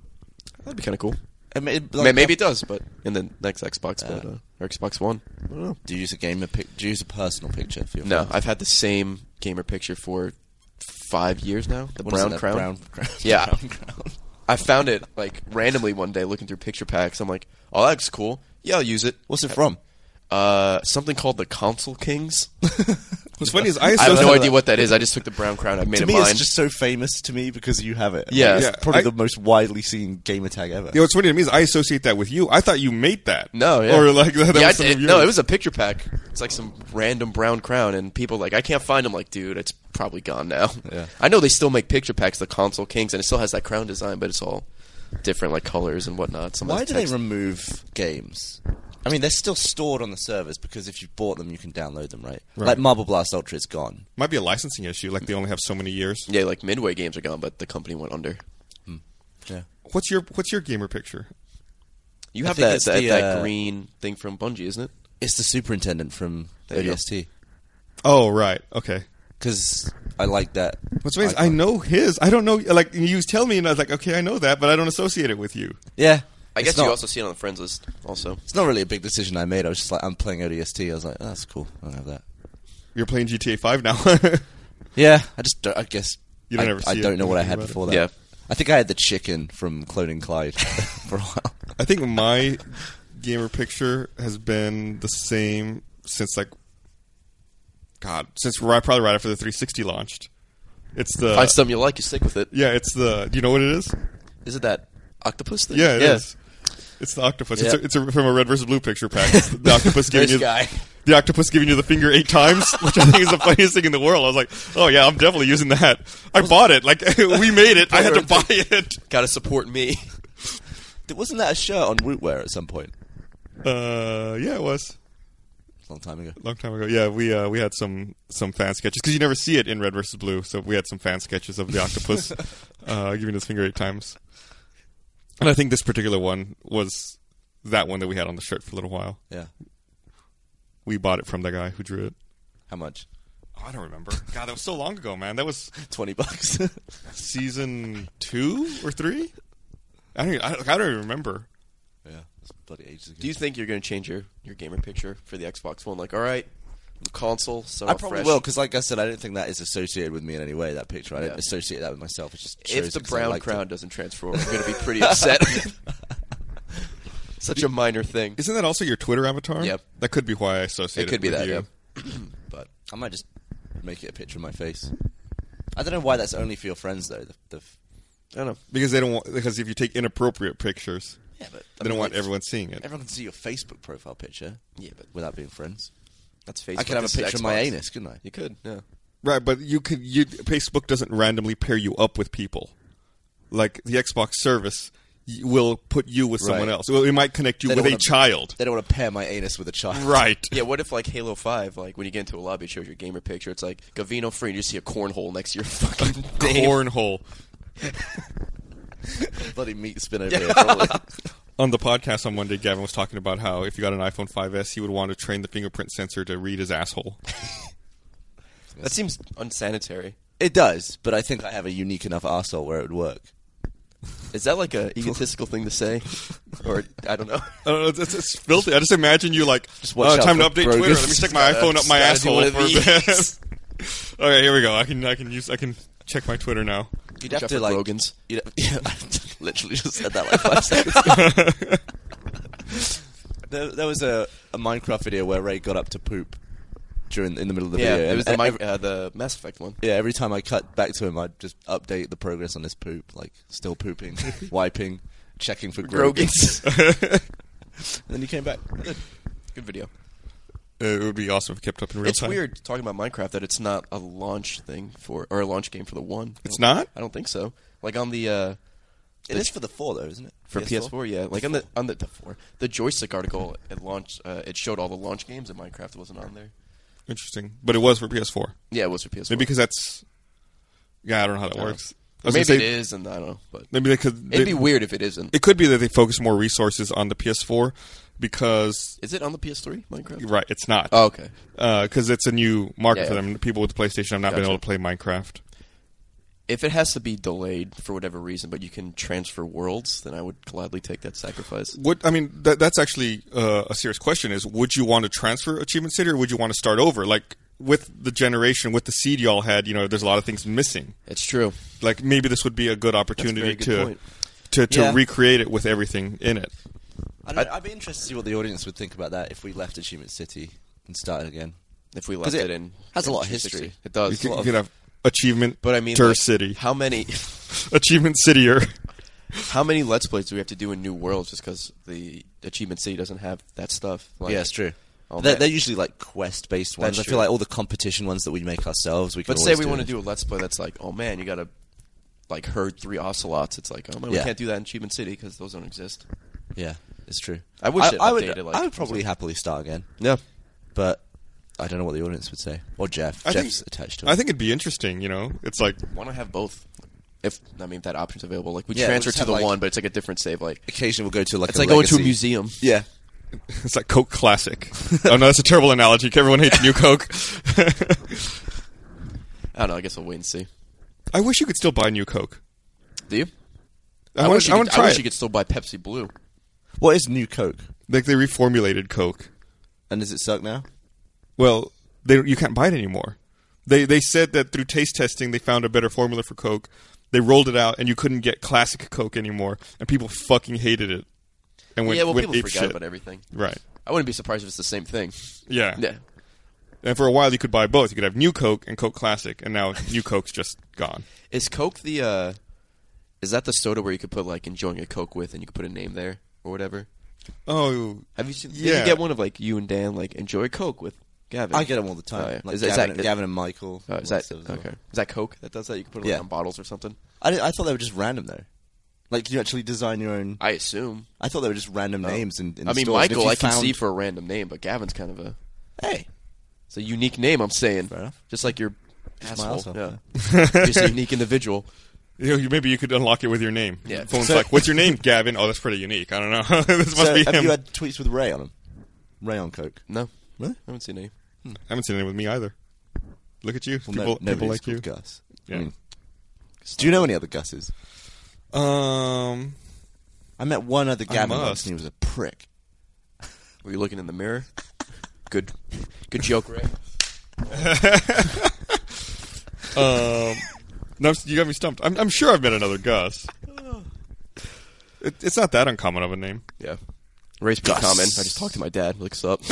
B: be kind of cool.
C: I mean, it-
B: Ma-
C: like,
B: Maybe it does, but in the next Xbox, but, uh, or Xbox One. I don't know.
C: Do you use a gamer pic? Do you use a personal picture for your?
B: No,
C: phone?
B: I've had the same gamer picture for five years now. The
C: What is it,
B: brown
C: that
B: crown.
C: Brown [laughs] crown.
B: Yeah.
C: Brown crown.
B: I found it like randomly one day looking through picture packs. I'm like, oh, that looks cool. Yeah, I'll use it.
C: [laughs] What's it [laughs] from?
B: Uh, something called the
C: [laughs]
B: Console Kings.
A: What's funny is I
B: I have
A: associate
B: no idea what that is. I just took the brown crown. I made
C: to
B: it
C: me,
B: mine.
C: it's just so famous to me because you have it.
B: Yeah.
C: it's
A: Yeah,
C: probably
A: I-
C: the most widely seen gamer tag ever.
A: You know, what's funny to me is I associate that with you. I thought you made that.
B: No, yeah.
A: Or
C: [laughs]
A: like that, that
B: yeah,
A: was some
B: I-
A: of yours.
B: No, it was a picture pack. It's like some random brown crown, and people like I can't find them. Like, dude, it's probably gone now.
C: [laughs] Yeah.
B: I know they still make picture packs, the console kings, and it still has that crown design, but it's all different, like colors and whatnot. Some of
C: Why
B: the
C: do they
B: text-
C: remove games? I mean, they're still stored on the servers because if you bought them, you can download them, right?
A: Right.
C: Like Marble Blast Ultra is gone.
A: might be a licensing issue. Like they only have so many years.
B: yeah, like Midway games are gone, but the company went under.
C: Yeah.
A: What's your What's your gamer picture?
B: You
C: I
B: have
C: think
B: that
C: it's
B: that,
C: the,
B: that
C: uh,
B: green thing from Bungie, isn't it?
C: It's the superintendent from
B: There you go.
C: ODST
A: Oh, right. Okay.
C: because I like that.
A: What's funny is I
C: icon.
A: know his. I don't know. Like you tell me, and I was like, okay, I know that, but I don't associate it with you.
C: Yeah.
B: I
C: It's
B: guess
C: not-
B: you also see it on the friends list. Also,
C: It's not really a big decision I made. I was just like, I'm playing ODST. I was like, oh, that's cool. I don't have that.
A: You're playing GTA Five now. [laughs]
C: Yeah, I just don't, I guess
A: You don't
C: I,
A: ever
C: I
A: see
C: don't
A: it,
C: know what I
A: nothing
C: had
A: about
C: before
B: it.
C: that.
B: Yeah.
C: I think I had the chicken from cloning Clyde [laughs] for a while.
A: I think
C: [laughs]
A: my gamer picture has been the same since like God, since right, probably right after the 360 launched. It's the
B: Uh, find something you like, you stick with it.
A: yeah, it's the. Do you know what it is?
B: Is it that octopus thing?
A: Yeah, it is. It's the octopus.
C: Yeah.
A: It's, a, it's a, from a red versus blue picture pack. It's
C: [laughs]
A: the octopus giving
C: This
A: you
C: guy.
A: the octopus giving you the finger eight times, [laughs] which I think is the funniest thing in the world. I was like, oh yeah, I'm definitely using that. I bought it. Like [laughs] we made it. I had to buy it.
B: Gotta support me. [laughs]
C: Wasn't that a shirt on Rootwear at some point?
A: Uh, yeah, it was.
C: A long time ago.
A: long time ago. Yeah, we uh, we had some some fan sketches because you never see it in Red versus Blue. So we had some fan sketches of the [laughs] octopus uh, giving his finger eight times. And I think this particular one was that one that we had on the shirt for a little while.
C: Yeah.
A: We bought it from the guy who drew it.
C: How much? [laughs]
A: Oh, I don't remember. God, that was so long ago, man. That was
C: Twenty bucks. [laughs]
A: season two or three. I don't. Even, I, don't- I don't even remember.
C: yeah. That's bloody ages ago.
B: Do you think you're going to change your, your gamer picture for the Xbox One? Like, all right, console, so
C: I probably
B: fresh.
C: will because, like I said, I don't think that is associated with me in any way. That picture, I don't
B: Yeah.
C: associate that with myself. It just shows
B: If the
C: it 'cause I
B: brown
C: liked it. [laughs]
B: crown doesn't transfer, over, I'm going to be [laughs] pretty upset. Such a minor thing.
A: Isn't that also your Twitter avatar?
B: Yep.
A: That could be why I associate it.
B: It could be
A: with
B: that.
A: you.
B: Yeah.
C: [clears throat]
B: but
C: I might just make it a picture of my face. I don't know why that's only for your friends though. The, the,
B: I don't know.
A: Because they don't want. Because if you take inappropriate pictures,
C: Yeah, but
A: They don't want everyone seeing it.
C: Everyone can see your Facebook profile picture.
B: Yeah, but-
C: without being friends,
B: That's Facebook.
C: I could have a
B: This is
C: picture of my
B: Xbox.
C: anus, couldn't I?
B: You could.
C: Yeah.
A: Right, but you could you Facebook doesn't randomly pair you up with people. Like the Xbox service y- will put you with someone
C: Right.
A: else. Well, it might connect you
C: They don't
A: with a
C: wanna- [laughs]
A: child.
C: They don't want to pair my anus with a child.
A: Right.
B: [laughs] Yeah, what if like Halo Five, like when you get into a lobby, it shows your gamer picture. It's like Gavino free, and you see a cornhole next to your [laughs] fucking name.
A: Cornhole.
C: [laughs] Bloody meat spin [laughs] over here. Probably.
A: On the podcast on Monday, Gavin was talking about how if you got an iPhone 5S, he would want to train the fingerprint sensor to read his asshole. [laughs]
B: That seems unsanitary.
C: it does, but I think I have a unique enough arsehole where it would work.
B: Is that
C: [laughs]
B: like a egotistical thing to say, or I don't know?
A: I don't know, Uh, it's, it's filthy. I just imagine you like,
C: watch
A: oh,
C: out
A: time to
C: for
A: update
C: Brogus.
A: Twitter. Let me stick my
B: Just
A: iPhone
B: gotta-
A: up my
B: just gotta do
A: asshole
B: one
A: for a bit.
B: of these.
A: [laughs] okay, here we go. I can I can use I can check my Twitter now. [laughs]
C: You'd
B: Watch
C: have
B: out
C: to
B: for
C: like
B: Grogan's.
C: You'd have, yeah, [laughs] I literally just said that like [laughs] five seconds. there, there was a, a Minecraft video where Ray got up to poop during in the middle of the
B: Yeah,
C: video.
B: it was the,
C: and
B: mi-
C: E- every,
B: uh, the Mass
C: [laughs]
B: Effect one.
C: yeah, every time I cut back to him, I'd just update the progress on his poop, like still [laughs] pooping, wiping, checking for Grogan.
B: Grogan's.
C: And [laughs] then he came back.
B: Good video.
A: It would be awesome if it kept up in real
B: It's
A: time.
B: weird talking about Minecraft that it's not a launch thing for or a launch game for the one. I
A: It's
B: don't-
A: not?
B: I don't think so. Like on the uh,
C: It is for the four though, isn't it?
B: for PS4, yeah. Like on the on the, the four, the joystick article it launched. Uh, it showed all the launch games and Minecraft wasn't on there.
A: Interesting, but it was for PS4.
B: Yeah, it was for PS4.
A: Maybe because that's yeah, I don't know how that works. I was
B: maybe
A: gonna
B: it
A: say-
B: is, and I don't know. But
A: Maybe they could.
B: it'd
A: they-
B: be weird if it isn't.
A: It could be that they focus more resources on the PS4 because
B: Is it on the PS3 Minecraft?
A: right, it's not.
B: Oh, okay.
A: because it's a new market
B: Yeah,
A: for
B: yeah.
A: them. People with the PlayStation have not been
B: Gotcha.
A: able to play Minecraft.
B: If it has to be delayed for whatever reason, but you can transfer worlds, then I would gladly take that sacrifice.
A: What I mean, that, that's actually uh, a serious question: is would you want to transfer Achievement City, or would you want to start over? Like with the generation, with the seed y'all had, you know, there's a lot of things missing.
B: It's true.
A: Like maybe this would be a good opportunity
B: very good
A: to,
B: point.
A: to to
C: Yeah.
A: recreate it with everything in it.
C: I don't know, I'd be interested to see what the audience would think about that if we left Achievement City and started again.
B: If we left
C: it
B: it, in,
C: has a lot of
B: 360.
C: history.
A: You
B: It does.
A: could, you could have Achievement,
B: Uh, but I mean,
A: Tur
B: like,
A: City,
B: How
A: [laughs]
B: many? [laughs]
A: Achievement City, or
B: How many Let's Plays do we have to do in New Worlds just because the Achievement City doesn't have that stuff? Like,
C: yeah, it's true.
B: Oh,
C: they're,
B: man.
C: they're usually like quest based ones. I
B: That's
C: feel
B: true.
C: like all the competition ones that we make ourselves. We can
B: But say
C: always
B: we want to
C: it.
B: do a Let's Play that's like, oh man, you gotta like herd three ocelots. It's like, oh man, we
C: Yeah.
B: can't do that in Achievement City because those don't exist.
C: Yeah, it's true.
B: I wish it
C: I would,
B: updated, like,
C: I would probably happily start again,
B: Yeah.
C: but I don't know what the audience would say. Or Jeff.
A: I
C: Jeff's
A: think,
C: attached to it.
A: I think it'd be interesting. You know, it's like [laughs]
B: Why not have both? If I mean, if that option's available, like we
C: Yeah,
B: transfer
C: we'll just
B: to the
C: have, like-
B: one, but it's like a different save. Like
C: occasionally we'll go to like
B: it's
C: a
B: like going to a
C: legacy-
B: museum.
C: Yeah,
A: it's like Coke Classic. oh no, that's a terrible analogy. Everyone hates New Coke. [laughs]
B: I don't know. I guess we'll wait and see.
A: I wish you could still buy New Coke.
B: Do you?
A: I, want
B: wish
A: to
B: you
A: I
B: could,
A: want to try
B: wish you
A: it.
B: could still buy Pepsi Blue.
C: What is New Coke?
A: Like they reformulated Coke.
C: And does it suck now?
A: Well, they, you can't buy it anymore. They they said that through taste testing they found a better formula for Coke. They rolled it out and you couldn't get classic Coke anymore, and people fucking hated it. And went,
B: yeah, well,
A: went
B: people
A: ape
B: forgot
A: shit.
B: about everything.
A: Right.
B: I wouldn't be surprised if it's the same thing.
A: Yeah.
B: Yeah.
A: And for a while you could buy both. You could have New Coke and Coke Classic, and now New Coke's just gone.
B: Is Coke the uh is that the soda where you could put like enjoying a Coke with and you could put a name there or whatever?
A: Oh,
B: Have you seen did
A: Yeah.
B: you get one of like you and Dan like enjoy a Coke with Gavin?
C: I get them all the time.
B: Oh, yeah.
C: Like
B: Is that- is
C: Gavin,
B: that-
C: Gavin and Michael.
B: Oh, is
C: all
B: that
C: that stuff as
B: okay.
C: well.
B: Is that Coke that does that? You can put it like,
C: Yeah.
B: on bottles or something?
C: I, didn't- I thought they were just random though. Like you actually design your own. I,
B: I assume.
C: thought they were just random names. In, in
B: Oh. I mean
C: stores. And if
B: Michael
C: you
B: I can
C: found-
B: see for a random name, but Gavin's kind of a
C: hey,
B: it's a unique name I'm saying.
C: Fair enough.
B: Just like your
C: my
B: asshole.
C: asshole,
B: yeah. You're [laughs] just a unique individual.
A: You know, you- maybe you could unlock it with your name.
B: Yeah.
A: The phone's
C: So-
A: like, "What's your name, Gavin?" Oh, that's pretty unique. I don't know. [laughs] this must
C: so
A: be
C: have
A: him.
C: you had tweets with Ray on them? Ray on Coke.
B: No.
C: Really?
B: I haven't seen any.
A: I haven't seen anyone with me either. Look at you.
C: Well, no-
A: people, people
C: nobody's
A: like you.
C: called Gus.
A: Yeah.
C: I mean, Mm. do you know any other Gus's?
A: Um,
C: I met one other Gavin
A: must.
C: once, and he was a prick.
B: Were you looking in the mirror? Good good joke, Ray.
A: um, no, you got me stumped. I'm, I'm sure I've met another Gus. It, it's not that uncommon of a name.
B: Yeah. Ray's pretty
C: Gus.
B: common. I just talked to my dad. Looks up.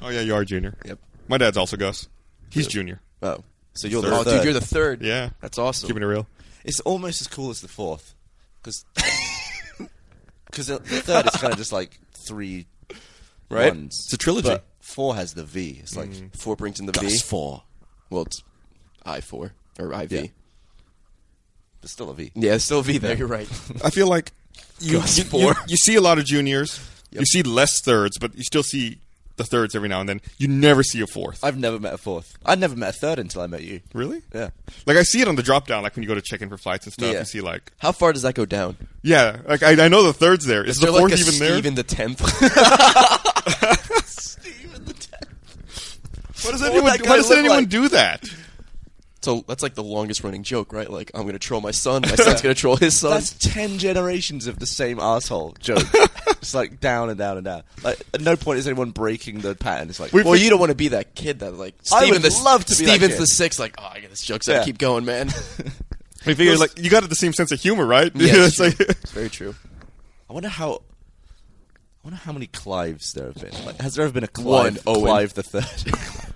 A: Oh yeah, you are Junior.
B: Yep.
A: My dad's also Gus. He's Junior.
B: Oh, so
C: you're the
B: oh,
C: third.
B: dude, you're the third.
A: Yeah.
B: that's awesome.
A: Keeping it real.
C: [laughs] It's almost as cool as the fourth, because because the the third is kind of just like three
B: Right?
C: ones.
B: It's a trilogy.
C: But four has the V. It's like
A: Mm.
B: Four brings in the V.
C: that's four,
B: Well, it's I four or IV. Yeah,
C: Yeah. but still a V.
B: it's still V there. You're right.
A: I feel like you,
B: Gus
A: you,
B: Poor.
A: you- you see a lot of juniors. You
B: Yep.
A: see less thirds, but you still see the thirds every now and then. You never see a fourth.
C: I've never met a fourth. I'd never met a third until I met you.
A: really?
C: Yeah.
A: Like I see it on the drop down, like when you go to check in for flights and stuff.
C: Yeah.
A: You see like,
B: How far does that go down?
A: yeah, like I, I know the thirds there. Is,
B: Is
A: the
B: there
A: fourth
B: like a
A: even there?
B: Steve in the
A: [laughs]
B: tenth?
A: Why does
B: What would
A: anyone?
B: that guy
A: Why does
B: look
A: anyone
B: like?
A: do that?
B: so that's like the longest running joke, right? Like I'm gonna troll my son.
C: [laughs]
B: My son's gonna troll his son.
C: That's ten generations of the same asshole
B: [laughs]
C: joke. it's like down and down and down. Like at no point is anyone breaking the pattern. It's like
A: We've-
B: well, you don't want to be that kid that like
C: I
B: Steven
C: would
B: the
C: love to be that
B: Steven's
C: kid.
B: the sixth. Like, oh, I got this joke. So
C: Yeah.
B: keep
C: [laughs]
B: going, man.
A: We figure like you got the same sense of humor, right?
B: yeah,
A: It's
B: it's,
A: like-
B: true. It's very true.
C: I wonder how. I wonder how many Clives there have been. Like, has there ever been a
B: One
C: Clive?
B: Owen.
C: Clive the third.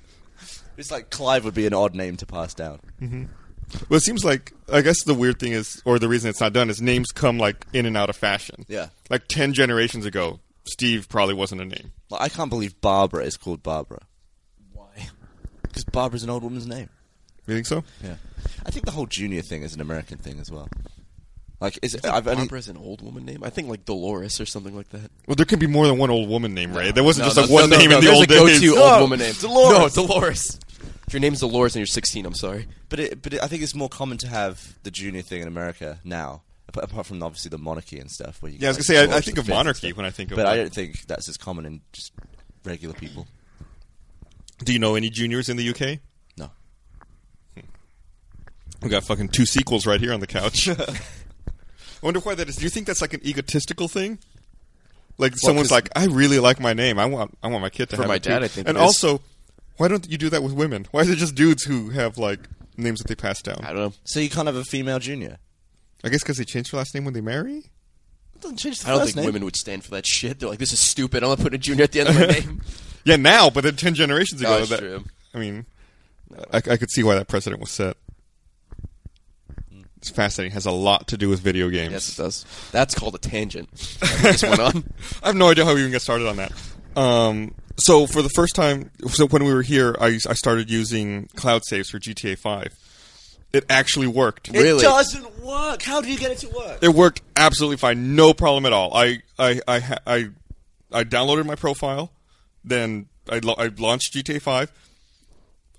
C: [laughs] it's like Clive would be an odd name to pass down.
A: well, it seems like I guess the weird thing is, or the reason it's not done is names come like in and out of fashion.
C: Yeah.
A: like ten generations ago, Steve probably wasn't a name.
C: Like, I can't believe Barbara is called Barbara. Why? Because Barbara's an old woman's name.
A: You think so?
C: Yeah. I think the whole junior thing is an American thing as well. Like, is, I've only
B: Barbara's an old woman name. I think like Dolores or something like that.
A: Well, there could be more than one old woman name, Ray. There wasn't
B: No,
A: just
B: no,
A: like one
B: no, no,
A: name
B: no,
A: in the
B: there's
A: old
B: a go-to
A: days.
B: old woman name.
C: Dolores.
B: No, Dolores. If your name's Dolores and you're 16, I'm sorry.
C: But it, but it, I think it's more common to have the junior thing in America now, ap- apart from obviously the monarchy and stuff. Where you
A: Yeah, I was
C: like,
A: gonna say, I- I
C: George
A: think
C: the
A: of
C: Fifth and
A: monarchy
C: stuff.
A: when I think of
C: But I
A: that.
C: don't think that's as common in just regular people.
A: Do you know any juniors in the UK?
C: No,
A: We got fucking two sequels right here on the
B: [laughs]
A: couch. I wonder why that is. Do you think that's like an egotistical thing? Like someone's
B: 'cause-
A: like, I really like my name. I want, I want my kid to
B: For
A: have
B: my
A: it too."
B: dad, I think
A: And
B: it is.
A: also, why don't you do that with women? Why is it just dudes who have like names that they pass down?
B: I don't know.
C: so you can't have a female junior.
A: I guess because they change their last name when they marry.
C: It doesn't change the
B: I don't
C: first
B: think
C: name.
B: women would stand for that shit. They're like, this is stupid. I'm not putting a junior at the end
C: [laughs]
B: of my name.
A: Yeah, now, but then ten generations ago,
B: Oh, that's
A: that-
B: true.
A: I mean, I, I could see why that precedent was set. It's fascinating. It has a lot to do with video games.
B: Hmm. Yes, it does. That's called a tangent. I just went on.
A: [laughs] I have no idea how we even got started on that. Um, so for the first time, so when we were here, I, I started using cloud saves for GTA Five. It actually worked.
B: It Really?
C: doesn't work. How do you get it to work?
A: It worked absolutely fine, no problem at all. I I I ha- I, I downloaded my profile, then I, lo- I launched GTA Five.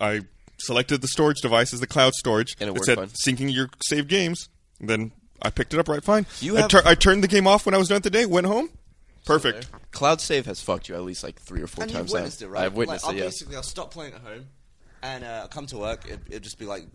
A: I selected the storage device as the cloud storage.
B: And it worked
A: said
B: fine.
A: syncing your saved games. Then I picked it up right fine.
B: You
A: I,
B: have-
A: tur- I turned the game off when I was done with the day. Went home. Perfect.
B: Cloud Save has fucked you at least like three or four
C: And you've
B: times.
C: witnessed
B: now.
C: it, right?
B: I've witnessed
C: like,
B: it,
C: I'll
B: yes.
C: Basically, I'll stop playing at home and uh, I'll come to work. It, it'll just be like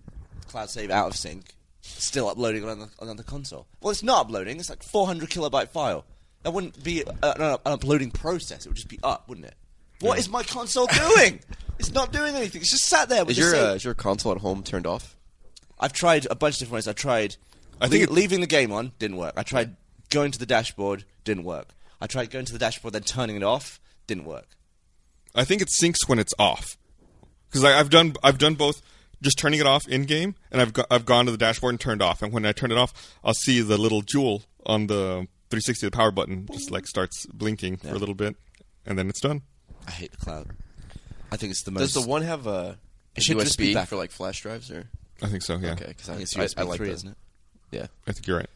C: cloud save out of sync, still uploading on another, on another console. Well, it's not uploading. It's like 400 kilobyte file. That wouldn't be uh, an, an uploading process. It would just be up, wouldn't it? What is my console doing? [laughs] it's not doing anything. It's just sat there. With
B: Is
C: the
B: your,
C: same-
B: uh, is your console at home turned off?
C: I've tried a bunch of different ways. I tried
A: I think
C: lea-
A: it-
C: leaving the game on, didn't work. I tried going to the dashboard, didn't work. I tried going to the dashboard, then turning it off, didn't work.
A: I think it syncs when it's off. Because I've done I've done both, just turning it off in game, and I've go, I've gone to the dashboard and turned off. And when I turn it off, I'll see the little jewel on the 360 the power button just like starts blinking for a little bit, and then it's done.
C: I hate the cloud. I think it's the most.
B: Does the one have a, a
C: It should
B: USB
C: just be back-
B: for like flash drives? or
A: I think so. Yeah,
B: Okay, because I,
C: I think it's
B: I-
C: USB
B: I like
C: three,
B: the-
C: isn't it?
B: Yeah.
A: I think you're right.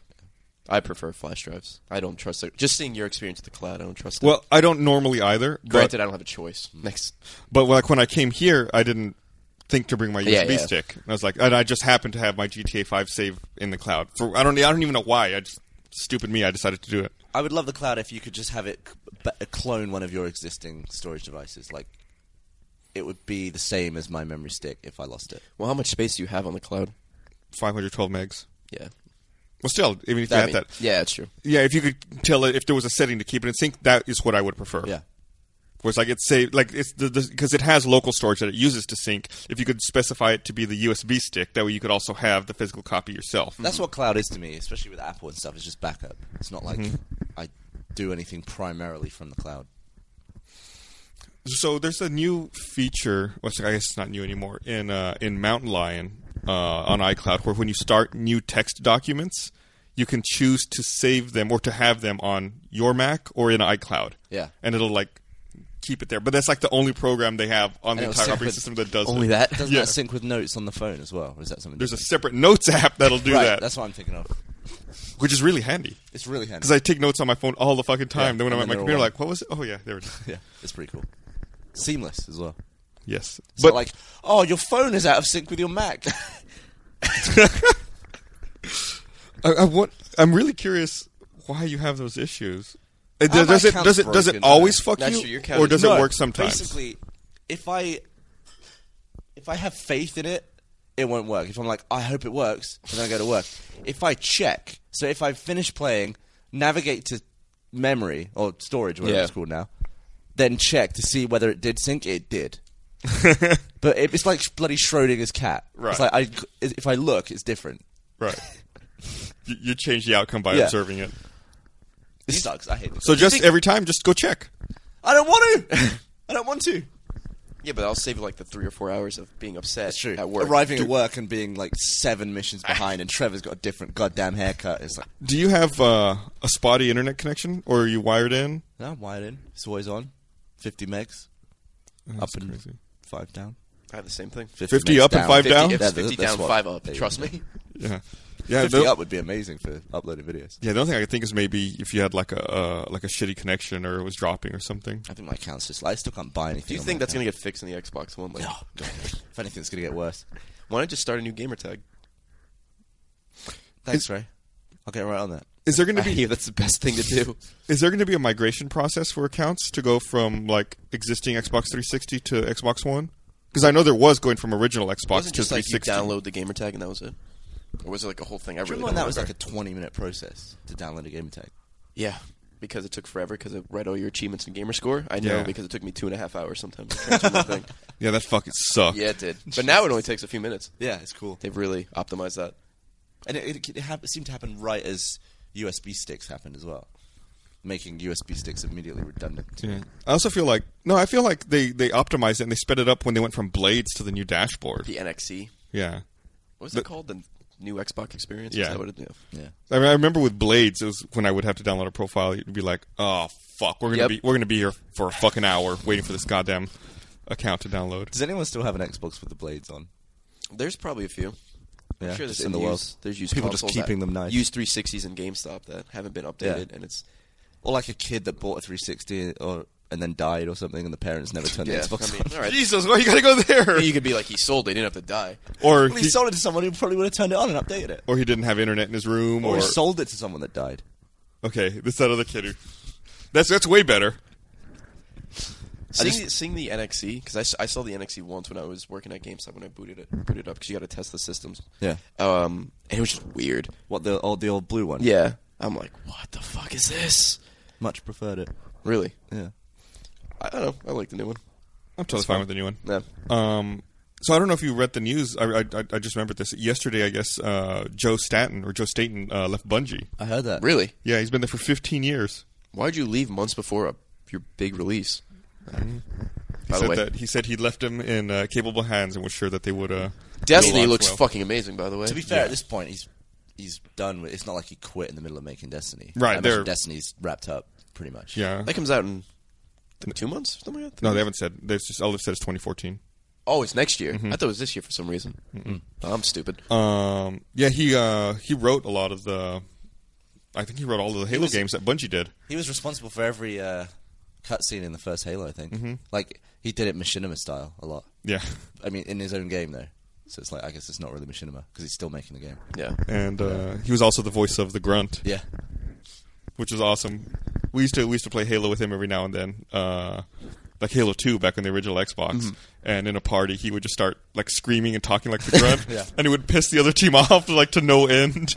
B: I prefer flash drives. I don't trust it. Just seeing your experience with the cloud, I don't trust it.
A: Well, I don't normally either.
B: granted,
A: but,
B: I don't have a choice. Next.
A: but like when I came here, I didn't think to bring my USB
B: Yeah, yeah.
A: stick. And I was like, and I just happened to have my GTA 5 save in the cloud. For I don't I don't even know why. I just stupid me. I decided to do it.
C: I would love the cloud if you could just have it c- b- clone one of your existing storage devices. Like, it would be the same as my memory stick if I lost it.
B: Well, how much space do you have on the cloud?
A: 512 megs.
B: Yeah.
A: Well, still, even if you
B: That
A: had
B: mean-
A: that,
B: Yeah, it's true.
A: Yeah, if you could tell it if there was a setting to keep it in sync, that is what I would prefer.
C: Yeah.
A: was like it's saved, like it's the because it has local storage that it uses to sync. If you could specify it to be the USB stick, that way you could also have the physical copy yourself.
C: That's what cloud is to me, especially with Apple and stuff. It's just backup. It's not like I do anything primarily from the cloud.
A: so there's a new feature. Well, I guess it's not new anymore in uh, in Mountain Lion uh, on iCloud, where when you start new text documents, you can choose to save them or to have them on your Mac or in iCloud.
C: Yeah.
A: and it'll like keep it there. But that's like the only program they have on the
C: it'll
A: entire
C: sync
A: operating
C: with-
A: system that does
B: Only
A: it.
B: that.
C: Doesn't
A: Yeah.
C: that sync with notes on the phone as well? Or is that something?
A: There's a
C: different?
A: separate notes [laughs] app that'll do
C: right,
A: that,
C: That's what I'm thinking of.
A: which is really handy.
C: It's really handy.
A: Because I take notes on my phone all the fucking time.
C: Yeah,
A: then when I'm
C: and
A: at
C: then
A: my
C: they're
A: computer,
C: all on.
A: like, what was it? Oh yeah, there it is.
C: [laughs] yeah, it's pretty cool. Seamless as well.
A: Yes,
C: It's not like, oh, your phone is out of sync with your Mac. [laughs]
A: I, I want, I'm really curious why you have those issues. Uh,
C: Uh,
A: Does,
C: my
A: does it
C: account's
A: does it does it
C: broken,
A: always
C: uh,
A: fuck
B: that's
A: you,
B: true, your account
A: or
B: is-
A: does
B: No,
A: it work sometimes?
C: Basically, if I if I have faith in it, it won't work. If I'm like, I hope it works, and then I go to work. If I check, so if I finish playing, navigate to memory or storage, whatever
B: Yeah.
C: it's called now, then check to see whether it did sync.
A: [laughs]
C: It did. but it, it's like bloody Schrodinger's cat.
A: Right.
C: It's like I, if I look, it's different.
A: [laughs] right. You, you change the outcome by
C: Yeah.
A: observing it.
C: It sucks. I hate it.
A: So just every time, just go check.
C: I don't
A: [laughs]
C: want to. I don't want to.
B: Yeah, but I'll save like the three or four hours of being upset
C: That's true.
B: at work.
C: Arriving at work and being like seven missions behind, and Trevor's got a different goddamn haircut. It's like,
A: Do you have uh, a spotty internet connection, or are you wired in?
C: no, I'm wired in. It's always on. 50 megs. up and
A: crazy.
C: five down.
B: I have the same thing.
A: 50 up and five
B: 50,
A: down?
B: It's
C: Yeah,
B: 50
C: that's
B: down,
C: what-
B: 5 up.
C: there you
B: Trust
C: go.
B: me.
A: Yeah, yeah.
C: 50
A: the-
C: up would be amazing for uploading videos.
A: Yeah, the only thing I could think is maybe if you had like a uh, like a shitty connection or it was dropping or something.
C: I think my account's just. I still can't buy anything.
B: Do you think that's going to get fixed in the Xbox One? Like,
C: No, Oh, God. if anything, it's going to get worse.
B: Why not just start a new gamer tag?
C: Thanks, Ray. I'll get right on that.
A: Is there going to
C: [laughs]
B: I
A: be
B: hear that's the best thing to do.
A: is there going to be a migration process for accounts to go from like existing Xbox 360 to Xbox One? Because I know there was going from original Xbox
B: Wasn't
A: to
B: just like you
A: 360.
B: download the gamer tag and that was it? Or was it like a whole thing? I
C: Do you
B: really
C: remember when
B: don't
C: that was like a
B: remember.
C: 20 minute process to download a game tag?
B: yeah, because it took forever because I read all your achievements in gamer score. I know
A: Yeah.
B: because it took me two and a half hours sometimes. To transfer my thing.
A: yeah, that fucking sucked.
B: [laughs] Yeah, it did. But now it only takes a few minutes.
C: Yeah, it's cool.
B: They've really optimized that.
C: And it, it, it, hap- it seemed to happen right as USB sticks happened as well, making USB sticks immediately redundant.
A: Yeah. I also feel like no, I feel like they they optimized it and they sped it up when they went from Blades to the new dashboard.
B: The NXC.
A: Yeah.
B: What was
A: The-
B: it called? The new Xbox experience? Is
A: Yeah.
B: that what it- yeah.
C: Yeah.
A: I mean, I remember with Blades, it was when I would have to download a profile. You'd be like, "Oh fuck, we're gonna
B: Yep.
A: be we're gonna be here for a fucking hour waiting for this goddamn account to download."
C: Does anyone still have an Xbox with the blades on?
B: There's probably a few. I'm
C: Yeah,
B: sure
C: just
B: there's
C: in the
B: used,
C: world.
B: There's used
C: People just
B: consoles that
C: keeping them nice.
B: Used 360s and GameStop that haven't been updated,
C: Yeah.
B: and it's
C: Or like a kid that bought a 360 or and then died or something, and the parents never turned
B: yeah.
C: the Xbox
B: I mean,
C: [laughs]
B: [laughs] all right.
A: Jesus, why you gotta go there?
B: You could be like he sold. it, He didn't have to die.
A: or
C: on. Well, he
A: he-
C: sold it to someone who probably would have turned it on and updated it.
A: or he didn't have internet in his room,
C: Or,
A: or,
C: he sold it to someone that died.
A: okay, this that other kid. Who, that's that's way better.
B: Seeing,
C: just-
B: the- seeing the NXE because I, s- I saw the NXE once when I was working at GameStop when I booted it booted up because you got to test the systems.
C: Yeah.
B: Um, and it was just weird.
C: What the old the old blue one?
B: Yeah. I'm like, what the fuck is this?
C: much preferred it.
B: Really?
C: Yeah,
B: I, I don't know. I like the new one.
A: I'm totally fine with the new one.
B: No.
A: Um, so I don't know if you read the news. I I, I- I just remembered this yesterday. I guess uh, Joe Staten or Joe Staten uh, left Bungie.
C: I heard that.
B: Really?
A: Yeah, he's been there for 15 years.
B: Why'd you leave months before a, your big release?
A: He
B: Mm-hmm. By the
A: said
B: way,
A: that he said he left him in uh, capable hands and was sure that they would. Uh, go
B: Destiny
A: on
B: looks
A: well.
B: fucking amazing. By the way,
C: To be fair, at this point, he's he's done. with It's not like he quit in the middle of making Destiny.
A: Right,
C: I imagine
A: they're-
C: Destiny's wrapped up pretty much.
A: Yeah.
B: that comes out in th- two months. Something like that?
A: no, they haven't said. They've just all they've said is 2014.
B: Oh, it's next year. I thought it was this year for some reason. I'm stupid.
A: Um, yeah, he uh, he wrote a lot of the. I think he wrote all of the Halo
C: was-
A: games that Bungie did.
C: He was responsible for every uh, cutscene in the first Halo, I think.
A: Mm-hmm.
C: Like he did it machinima style a lot.
A: Yeah,
C: I mean, in his own game though. So it's like I guess it's not really machinima because he's still making the game.
B: Yeah.
A: and uh, he was also the voice of the Grunt,
C: Yeah,
A: which was awesome. We used to we used to play Halo with him every now and then, uh, like Halo Two back on the original Xbox. And in a party, he would just start like screaming and talking like the Grunt,
C: Yeah.
A: and it would piss the other team [laughs] off like to no end.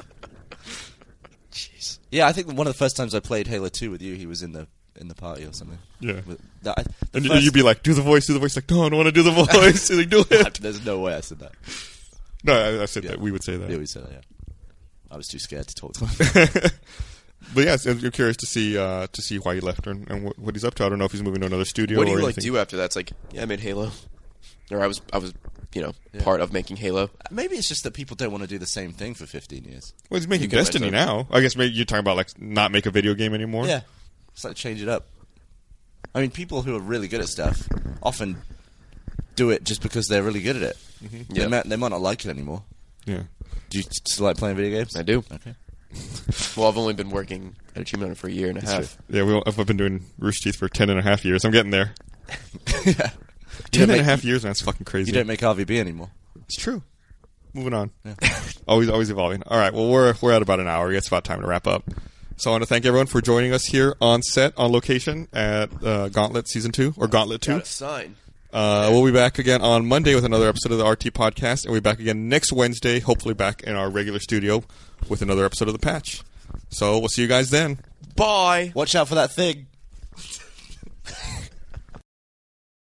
B: Jeez.
C: yeah. I think one of the first times I played Halo Two with you, he was in the in the party or something.
A: Yeah.
C: With- that, I, the
A: And
C: first-
A: you'd be like, "Do the voice, do the voice." Like, no, I don't want to do the voice. He's like, [laughs] do
C: [laughs]
A: it.
C: There's no way [laughs] I said that.
A: No, I, I said
C: Yeah.
A: that. We would say that.
C: Yeah, we said that. Yeah. I was too scared to talk
A: [laughs]
C: to him.
A: But yes, I'm I'm curious to see uh, to see why he left and, and what, what he's up to. I don't know if he's moving to another studio
B: What do
A: or
B: you like
A: anything.
B: do after that? It's like, yeah, I made Halo. or I was I was you know part of making Halo.
C: Maybe it's just that people don't want to do the same thing for 15 years.
A: Well, he's making
B: can write
A: Destiny
B: that.
A: now. I guess maybe you're talking about like not make a video game anymore.
C: Yeah. It's like change it up. I mean, people who are really good at stuff often do it just because they're really good at it. They,
B: Yeah.
C: might, they might not like it anymore.
A: yeah.
C: Do you still like playing video games?
B: I do.
C: Okay. [laughs]
B: Well, I've only been working at Achievement Hunter for a year and a half.
A: Yeah, we, I've been doing Rooster Teeth for 10 and a half years. I'm getting there.
C: yeah.
A: 10
C: You don't,
A: and a
C: make,
A: half years, man. That's fucking crazy.
C: you don't make RVB anymore.
A: it's true. Moving on. [laughs] always, always evolving. All right. Well, we're, we're at about an hour. It's about time to wrap up. So I want to thank everyone for joining us here on set, on location at uh, Gauntlet Season 2 or Gauntlet 2.
B: Got a sign.
A: Uh, we'll be back again on Monday with another episode of the RT Podcast, and we'll be back again next Wednesday, hopefully back in our regular studio with another episode of The Patch. So we'll see you guys then.
B: Bye.
C: Watch out for that thing.